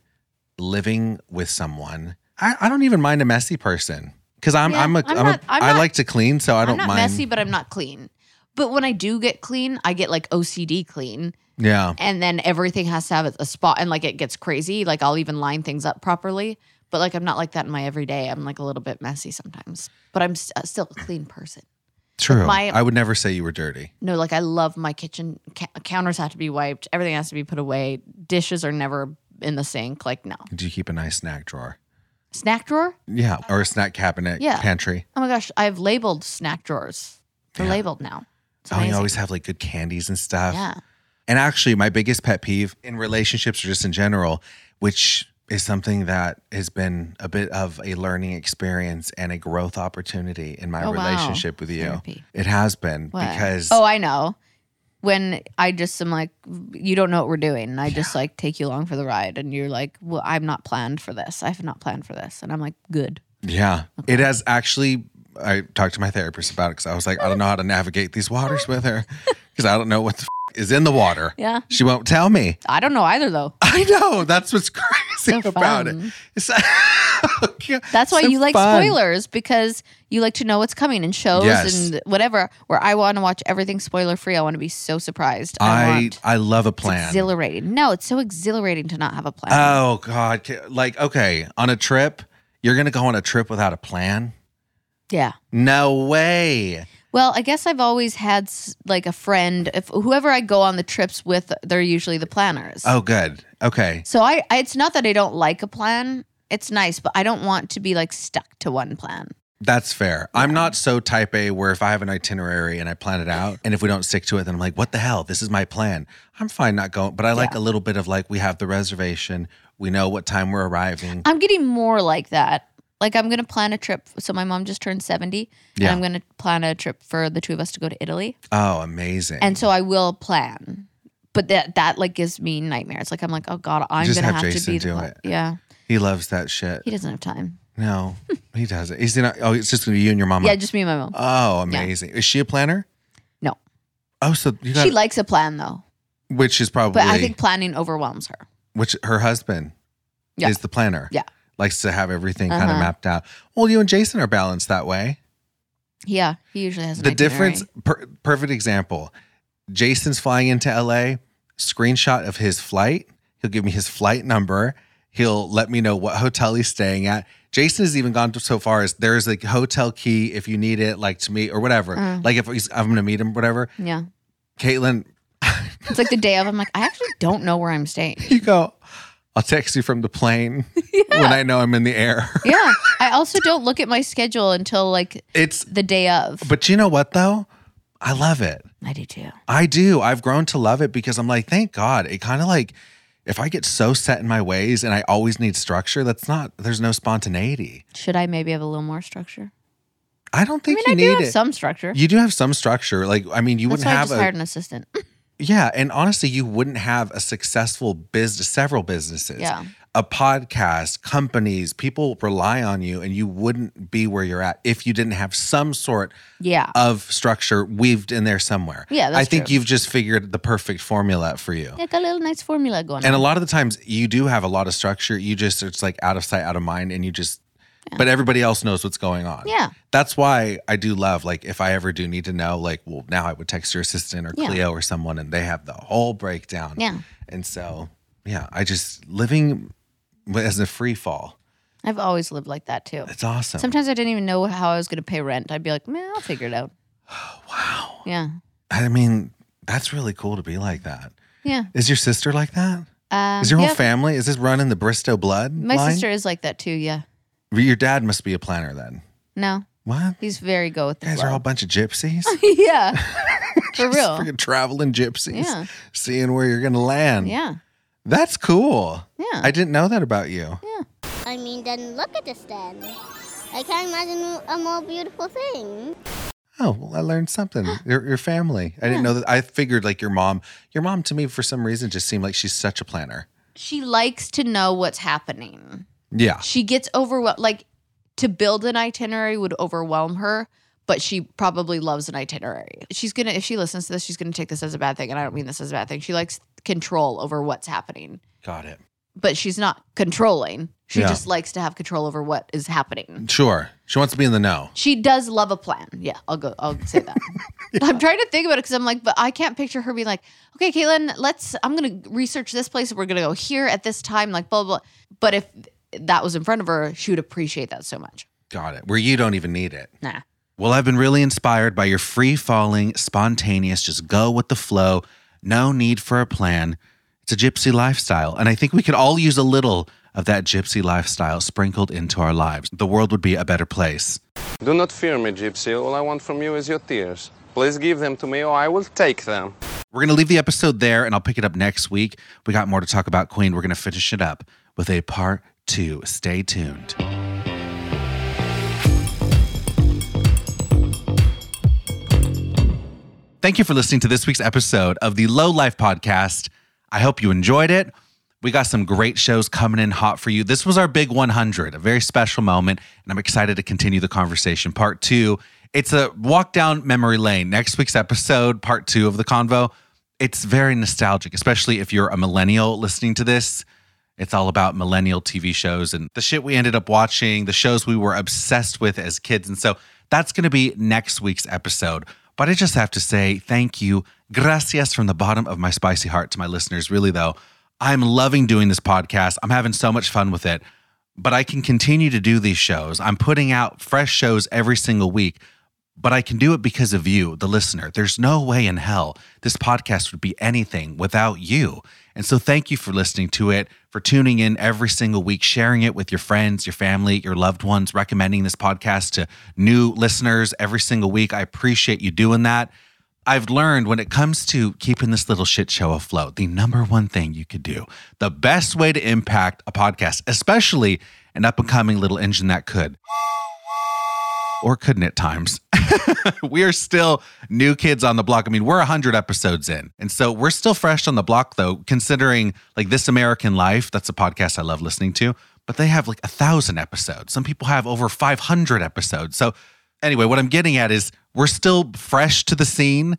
S3: living with someone, I, I don't even mind a messy person because I'm
S6: Yeah,
S3: I'm a,
S6: I'm
S3: I'm
S6: not-
S3: a i
S6: I'm
S3: am ai
S6: not-
S3: like to clean, so I don't
S6: am not
S3: mind.
S6: messy, but I'm not clean. But when I do get clean, I get like OCD clean,
S3: yeah.
S6: and then everything has to have a spot, and like it gets crazy. Like I'll even line things up properly, but like I'm not like that in my everyday. I'm like a little bit messy sometimes, but I'm st- still a clean person.
S3: True.
S6: my-
S3: I would never say you were dirty.
S6: No, like I love my kitchen ca- counters have to be wiped, everything has to be put away, dishes are never in the sink. Like no
S3: Do you keep a nice snack drawer?
S6: snack drawer.
S3: Yeah, or a snack cabinet,
S6: Yeah.
S3: pantry.
S6: Oh my gosh, I've labeled snack drawers. They're
S3: Yeah.
S6: labeled now. It's
S3: Oh, you
S6: amazing.
S3: always have like good candies and stuff.
S6: yeah.
S3: And actually, my biggest pet peeve in relationships or just in general, which is something that has been a bit of a learning experience and a growth opportunity in my
S6: Oh, wow.
S3: relationship with you.
S6: Therapy.
S3: It has been
S6: What?
S3: because
S6: oh, I know. When I just am like, you don't know what we're doing, and I just like take you along for the ride, and you're like, well, I'm not planned for this. I've not planned for this, and I'm like, good.
S3: Yeah. It has actually,
S6: *laughs*
S3: I talked to my therapist about it because I was like, I don't know how to navigate these waters with her because I don't know what the f- is in the water.
S6: Yeah.
S3: She won't tell
S6: *laughs*
S3: me.
S6: I don't know
S3: *laughs*
S6: either though.
S3: I know. That's what's *laughs* crazy
S6: So
S3: about
S6: fun.
S3: it. It's- *laughs*
S6: That's why
S3: So
S6: you like
S3: fun.
S6: spoilers because you like to know what's coming in shows
S3: Yes.
S6: and whatever. Where I want to watch everything spoiler free. I want to be so surprised. I,
S3: I
S6: want.
S3: I love a
S6: It's
S3: plan.
S6: exhilarating. No, it's so exhilarating to not have a plan.
S3: Oh God! Ca- Like okay, on a trip, you're gonna go on a trip without a plan?
S6: yeah.
S3: No way.
S6: Well, I guess I've always had s- like a friend. If whoever I go on the trips with, they're usually the planners.
S3: Oh, good. Okay.
S6: So I, I it's not that I don't like a plan. It's nice, but I don't want to be like stuck to one plan.
S3: That's fair. I'm not so type A where if I have an itinerary and I plan it out, and if we don't stick to it, then I'm like, what the hell? This is my plan. I'm fine not going, but I like a little bit of like, we have the reservation, we know what time we're arriving.
S6: I'm getting more like that. Like I'm gonna plan a trip. So my mom just turned seventy,
S3: Yeah.
S6: and I'm gonna plan a trip for the two of us to go to Italy.
S3: Oh, amazing.
S6: And so I will plan, but that that like gives me nightmares. Like I'm like, oh god, I'm
S3: just
S6: gonna
S3: have
S6: have, to
S3: Jason
S6: be.
S3: do
S6: the,
S3: it.
S6: Yeah,
S3: he loves that shit.
S6: he doesn't have time.
S3: No, he doesn't. He's not, oh, it's just gonna be you and your mama.
S6: Yeah, just me and my mom.
S3: oh, amazing. Is she a planner?
S6: No.
S3: Oh, so you got,
S6: she likes a plan though,
S3: which is probably,
S6: but I think planning overwhelms her.
S3: which her husband
S6: Yeah.
S3: is the planner.
S6: Yeah.
S3: Likes to have everything kind of
S6: Uh-huh.
S3: mapped out. Well, you and Jason are balanced that way.
S6: Yeah, he usually has an
S3: the
S6: itinerary.
S3: difference per, perfect example jason's flying into la screenshot of his flight he'll give me his flight number he'll let me know what hotel he's staying at jason has even gone to- so far as there's a hotel key if you need it like to meet or whatever
S6: Mm.
S3: like if he's, i'm gonna meet him whatever
S6: Yeah,
S3: caitlin
S6: it's like the day of. I'm like, I actually don't know where I'm staying.
S3: *laughs* you go i'll text you from the
S6: *laughs*
S3: plane when i know i'm in the air *laughs*
S6: Yeah, I also don't look at my schedule until like
S3: it's
S6: the day of.
S3: but you know what though i love it
S6: I do too.
S3: I do. I've grown to love it because I'm like, thank God. It kind of like, if I get so set in my ways and I always need structure, that's not, there's no spontaneity.
S6: Should I maybe have a little more structure?
S3: I don't
S6: I
S3: think
S6: mean, I do
S3: you
S6: have
S3: need it.
S6: some structure.
S3: you do have some structure. Like, I mean, you
S6: That's
S3: wouldn't
S6: why I
S3: have
S6: just
S3: a,
S6: hired an assistant. *laughs*
S3: yeah. And honestly, you wouldn't have a successful business, several businesses,
S6: Yeah.
S3: a podcast, companies, people rely on you and you wouldn't be where you're at if you didn't have some sort
S6: Yeah.
S3: of structure weaved in there somewhere.
S6: Yeah, that's
S3: I think
S6: true.
S3: you've just figured the perfect formula for you.
S6: like a little nice formula going
S3: And a
S6: on.
S3: lot of the times you do have a lot of structure. You just it's like out of sight, out of mind, and you just but everybody else knows what's going on.
S6: Yeah.
S3: That's why I do love like if I ever do need to know, like, well, now I would text your assistant or
S6: Yeah.
S3: Cleo or someone and they have the whole breakdown.
S6: Yeah.
S3: And so yeah, I just living as a free fall.
S6: I've always lived like that too.
S3: It's awesome.
S6: Sometimes I didn't even know how I was going to pay rent. I'd be like, man, I'll figure
S3: *sighs*
S6: it out. wow. Yeah.
S3: I mean, that's really cool to be like that.
S6: Yeah.
S3: Is your sister like that?
S6: Um,
S3: Is your whole
S6: yeah.
S3: family? Is this running the Bristow blood?
S6: My
S3: line?
S6: sister is like that too. Yeah.
S3: Your dad must be a planner then.
S6: No,
S3: What?
S6: he's very go with the
S3: guys
S6: flow.
S3: are
S6: *laughs*
S3: all a bunch of gypsies. *laughs*
S6: yeah. For real.
S3: Freaking traveling gypsies.
S6: Yeah.
S3: Seeing where you're going to land.
S6: yeah.
S3: That's cool.
S6: Yeah.
S3: I didn't know that about you.
S12: I mean, then look at this then. I can't imagine a more beautiful thing.
S3: Oh, well, I learned something. Your, your family. I didn't know that. I figured like your mom, your mom to me for some reason just seemed like she's such a planner.
S6: she likes to know what's happening.
S3: Yeah.
S6: She gets overwhelmed. Like to build an itinerary would overwhelm her, but she probably loves an itinerary. She's gonna if she listens to this, she's gonna take this as a bad thing, and I don't mean this as a bad thing. She likes control over what's happening,
S3: Got it.
S6: but she's not controlling. She
S3: Yeah.
S6: just likes to have control over what is happening.
S3: Sure. She wants to be in the know.
S6: She does love a plan. Yeah, I'll go. I'll say that. I'm trying to think about it because I'm like, but I can't picture her being like, okay, Caitlin, let's. I'm gonna research this place. We're gonna go here at this time. Like blah blah. blah. But if that was in front of her, she would appreciate that so much.
S3: Got it. Where you don't even need it.
S6: Nah.
S3: Well, I've been really inspired by your free falling, spontaneous, just go with the flow, no need for a plan. It's a gypsy lifestyle. And I think we could all use a little of that gypsy lifestyle sprinkled into our lives. The world would be a better place.
S13: Do not fear me, Gypsy. All I want from you is your tears. Please give them to me or I will take them.
S3: We're going to leave the episode there and I'll pick it up next week. We got more to talk about Queen. We're going to finish it up with a part two. Stay tuned. Thank you for listening to this week's episode of the Low Life Podcast. I hope you enjoyed it. We got some great shows coming in hot for you. This was our big 100, a very special moment, and I'm excited to continue the conversation. Part two, it's a walk down memory lane. Next week's episode, part two of the convo, It's very nostalgic, especially if you're a millennial listening to this. It's all about millennial TV shows and the shit we ended up watching, the shows we were obsessed with as kids. And so that's going to be next week's episode. But I just have to say thank you. Gracias from the bottom of my spicy heart to my listeners. Really, though, I'm loving doing this podcast. I'm having so much fun with it, but I can continue to do these shows. I'm putting out fresh shows every single week, but I can do it because of you, the listener. There's no way in hell this podcast would be anything without you. And so thank you for listening to it, for tuning in every single week, sharing it with your friends, your family, your loved ones, recommending this podcast to new listeners every single week. I appreciate you doing that. I've learned when it comes to keeping this little shit show afloat, the number one thing you could do, the best way to impact a podcast, especially an up and coming little engine that could or couldn't at times. *laughs* we are still new kids on the block. I mean, we're 100 episodes in. And so we're still fresh on the block, though, considering like This American Life, that's a podcast I love listening to, but they have like a thousand episodes. Some people have over 500 episodes. So, anyway, what I'm getting at is we're still fresh to the scene.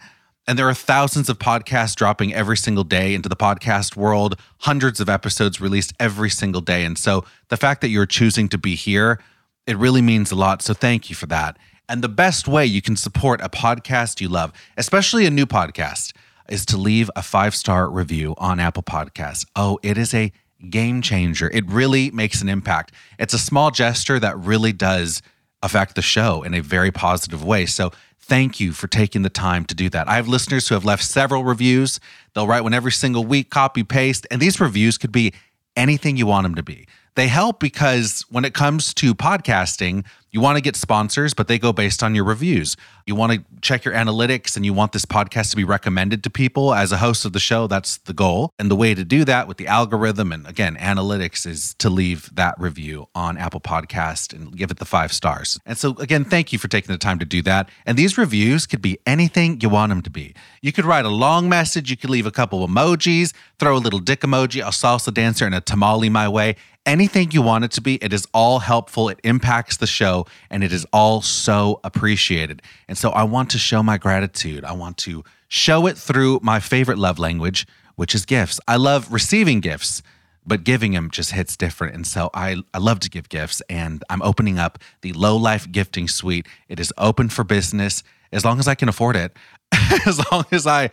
S3: And there are thousands of podcasts dropping every single day into the podcast world, hundreds of episodes released every single day. And so the fact that you're choosing to be here, it really means a lot. So thank you for that. And the best way you can support a podcast you love, especially a new podcast, is to leave a five star review on Apple Podcasts. Oh, it is a game changer. It really makes an impact. It's a small gesture that really does affect the show in a very positive way. So thank you for taking the time to do that. I have listeners who have left several reviews. They'll write one every single week, copy, paste, and these reviews could be anything you want them to be. They help because when it comes to podcasting, you want to get sponsors, but they go based on your reviews. You want to check your analytics and you want this podcast to be recommended to people as a host of the show. That's the goal. And the way to do that with the algorithm and again, analytics is to leave that review on Apple Podcast and give it the five stars. And so again, thank you for taking the time to do that. And these reviews could be anything you want them to be. You could write a long message, you could leave a couple emojis, throw a little dick emoji, a salsa dancer, and a tamale my way anything you want it to be. It is all helpful. It impacts the show and it is all so appreciated. And so I want to show my gratitude. I want to show it through my favorite love language, which is gifts. I love receiving gifts, but giving them just hits different. And so I, I love to give gifts and I'm opening up the low life gifting suite. It is open for business as long as I can afford it, *laughs* as long as I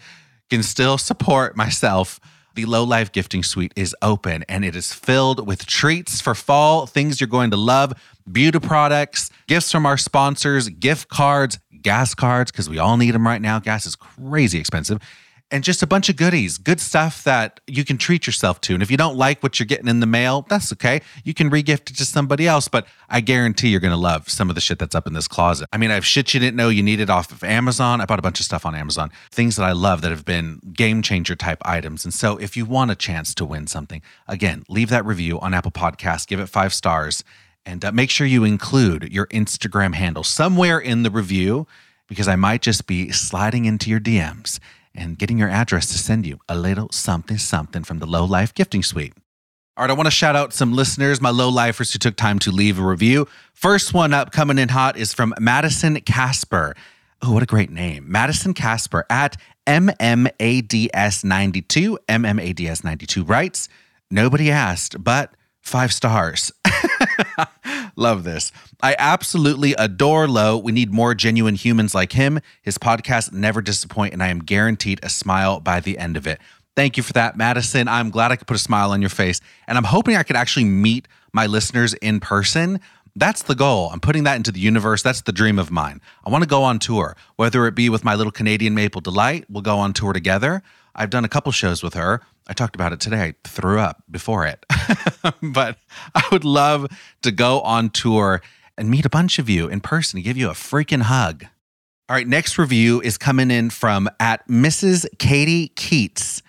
S3: can still support myself. The Low Life Gifting Suite is open and it is filled with treats for fall, things you're going to love, beauty products, gifts from our sponsors, gift cards, gas cards, because we all need them right now. Gas is crazy expensive. And just a bunch of goodies, good stuff that you can treat yourself to. And if you don't like what you're getting in the mail, that's okay. You can regift it to somebody else, but I guarantee you're gonna love some of the shit that's up in this closet. I mean, I have shit you didn't know you needed off of Amazon. I bought a bunch of stuff on Amazon, things that I love that have been game changer type items. And so if you want a chance to win something, again, leave that review on Apple Podcasts, give it five stars, and uh, make sure you include your Instagram handle somewhere in the review because I might just be sliding into your DMs and getting your address to send you a little something something from the Low Life Gifting Suite. All right, I want to shout out some listeners, my low lifers who took time to leave a review. First one up coming in hot is from Madison Casper. Oh, what a great name. Madison Casper at MMADS92. MMADS92 writes, Nobody asked, but five stars. *laughs* Love this. I absolutely adore Lowe. We need more genuine humans like him. His podcasts never disappoint, and I am guaranteed a smile by the end of it. Thank you for that, Madison. I'm glad I could put a smile on your face. And I'm hoping I could actually meet my listeners in person. That's the goal. I'm putting that into the universe. That's the dream of mine. I want to go on tour, whether it be with my little Canadian Maple Delight, we'll go on tour together. I've done a couple shows with her. I talked about it today. I threw up before it. *laughs* but I would love to go on tour and meet a bunch of you in person and give you a freaking hug. All right, next review is coming in from at Mrs. Katie Keats.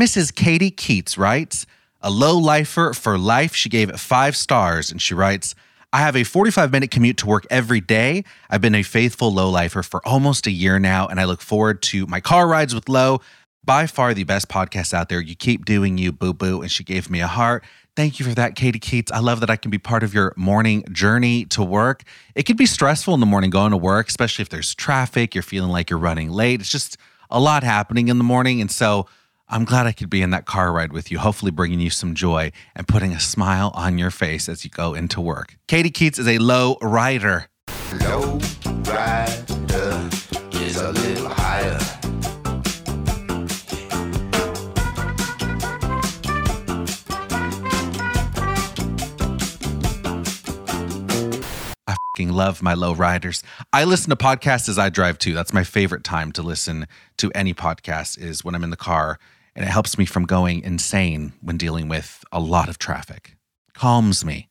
S3: Mrs. Katie Keats writes, a low lifer for life. She gave it five stars and she writes, I have a 45 minute commute to work every day. I've been a faithful low lifer for almost a year now, and I look forward to my car rides with Low. By far the best podcast out there. You keep doing you, boo boo. And she gave me a heart. Thank you for that, Katie Keats. I love that I can be part of your morning journey to work. It can be stressful in the morning going to work, especially if there's traffic, you're feeling like you're running late. It's just a lot happening in the morning. And so I'm glad I could be in that car ride with you, hopefully bringing you some joy and putting a smile on your face as you go into work. Katie Keats is a low rider.
S14: Low rider is a little higher.
S3: I fing love my low riders. I listen to podcasts as I drive too. That's my favorite time to listen to any podcast is when I'm in the car, and it helps me from going insane when dealing with a lot of traffic. Calms me.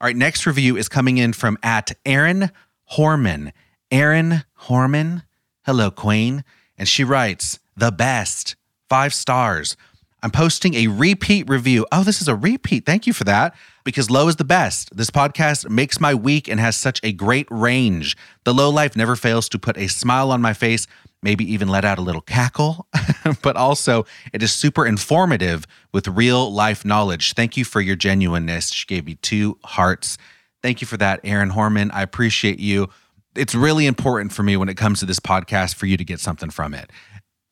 S3: All right, next review is coming in from at Aaron Horman. Aaron Horman, hello Queen, and she writes the best five stars. I'm posting a repeat review. Oh, this is a repeat. Thank you for that. Because low is the best. This podcast makes my week and has such a great range. The low life never fails to put a smile on my face, maybe even let out a little cackle, *laughs* but also it is super informative with real life knowledge. Thank you for your genuineness. She gave me two hearts. Thank you for that, Aaron Horman. I appreciate you. It's really important for me when it comes to this podcast for you to get something from it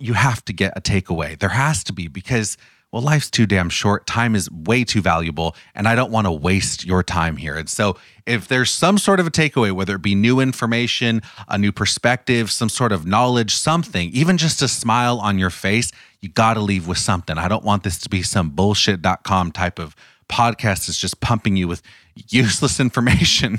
S3: you have to get a takeaway. There has to be because, well, life's too damn short. Time is way too valuable. And I don't want to waste your time here. And so, if there's some sort of a takeaway, whether it be new information, a new perspective, some sort of knowledge, something, even just a smile on your face, you got to leave with something. I don't want this to be some bullshit.com type of podcast that's just pumping you with *laughs* useless information.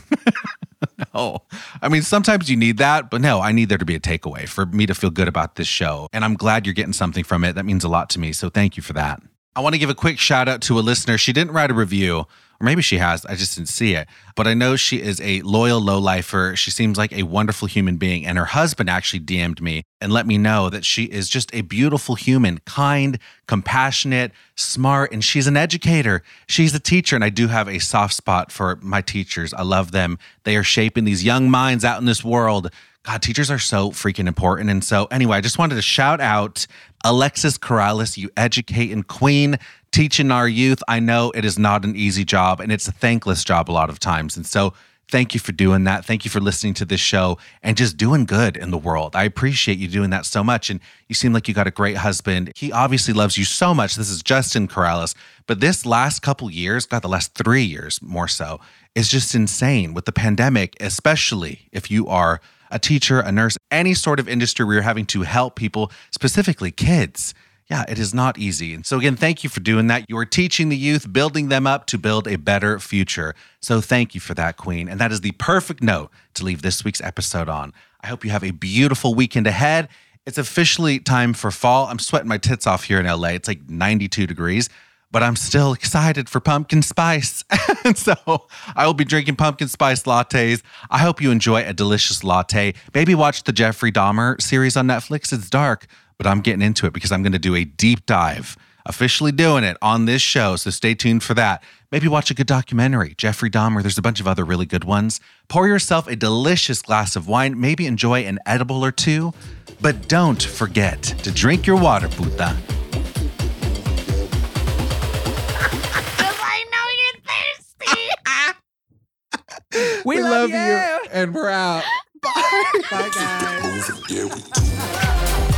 S3: no. I mean, sometimes you need that, but no, I need there to be a takeaway for me to feel good about this show. And I'm glad you're getting something from it. That means a lot to me. So thank you for that. I want to give a quick shout out to a listener. She didn't write a review, or maybe she has. I just didn't see it. But I know she is a loyal lowlifer. She seems like a wonderful human being. And her husband actually DM'd me and let me know that she is just a beautiful human, kind, compassionate, smart, and she's an educator. She's a teacher. And I do have a soft spot for my teachers. I love them. They are shaping these young minds out in this world. God, teachers are so freaking important. And so, anyway, I just wanted to shout out Alexis Corrales, you educate and queen, teaching our youth. I know it is not an easy job and it's a thankless job a lot of times. And so, thank you for doing that. Thank you for listening to this show and just doing good in the world. I appreciate you doing that so much. And you seem like you got a great husband. He obviously loves you so much. This is Justin Corrales. But this last couple years, God, the last three years more so, is just insane with the pandemic, especially if you are a teacher, a nurse, any sort of industry where you're having to help people, specifically kids. Yeah, it is not easy. And so, again, thank you for doing that. You are teaching the youth, building them up to build a better future. So, thank you for that, Queen. And that is the perfect note to leave this week's episode on. I hope you have a beautiful weekend ahead. It's officially time for fall. I'm sweating my tits off here in LA. It's like 92 degrees but I'm still excited for pumpkin spice. *laughs* and so I will be drinking pumpkin spice lattes. I hope you enjoy a delicious latte. Maybe watch the Jeffrey Dahmer series on Netflix. It's dark, but I'm getting into it because I'm going to do a deep dive, officially doing it on this show. So stay tuned for that. Maybe watch a good documentary, Jeffrey Dahmer. There's a bunch of other really good ones. Pour yourself a delicious glass of wine. Maybe enjoy an edible or two. But don't forget to drink your water, puta.
S10: We, love, you. And we're out.
S2: Bye. Bye, guys.
S14: Bye.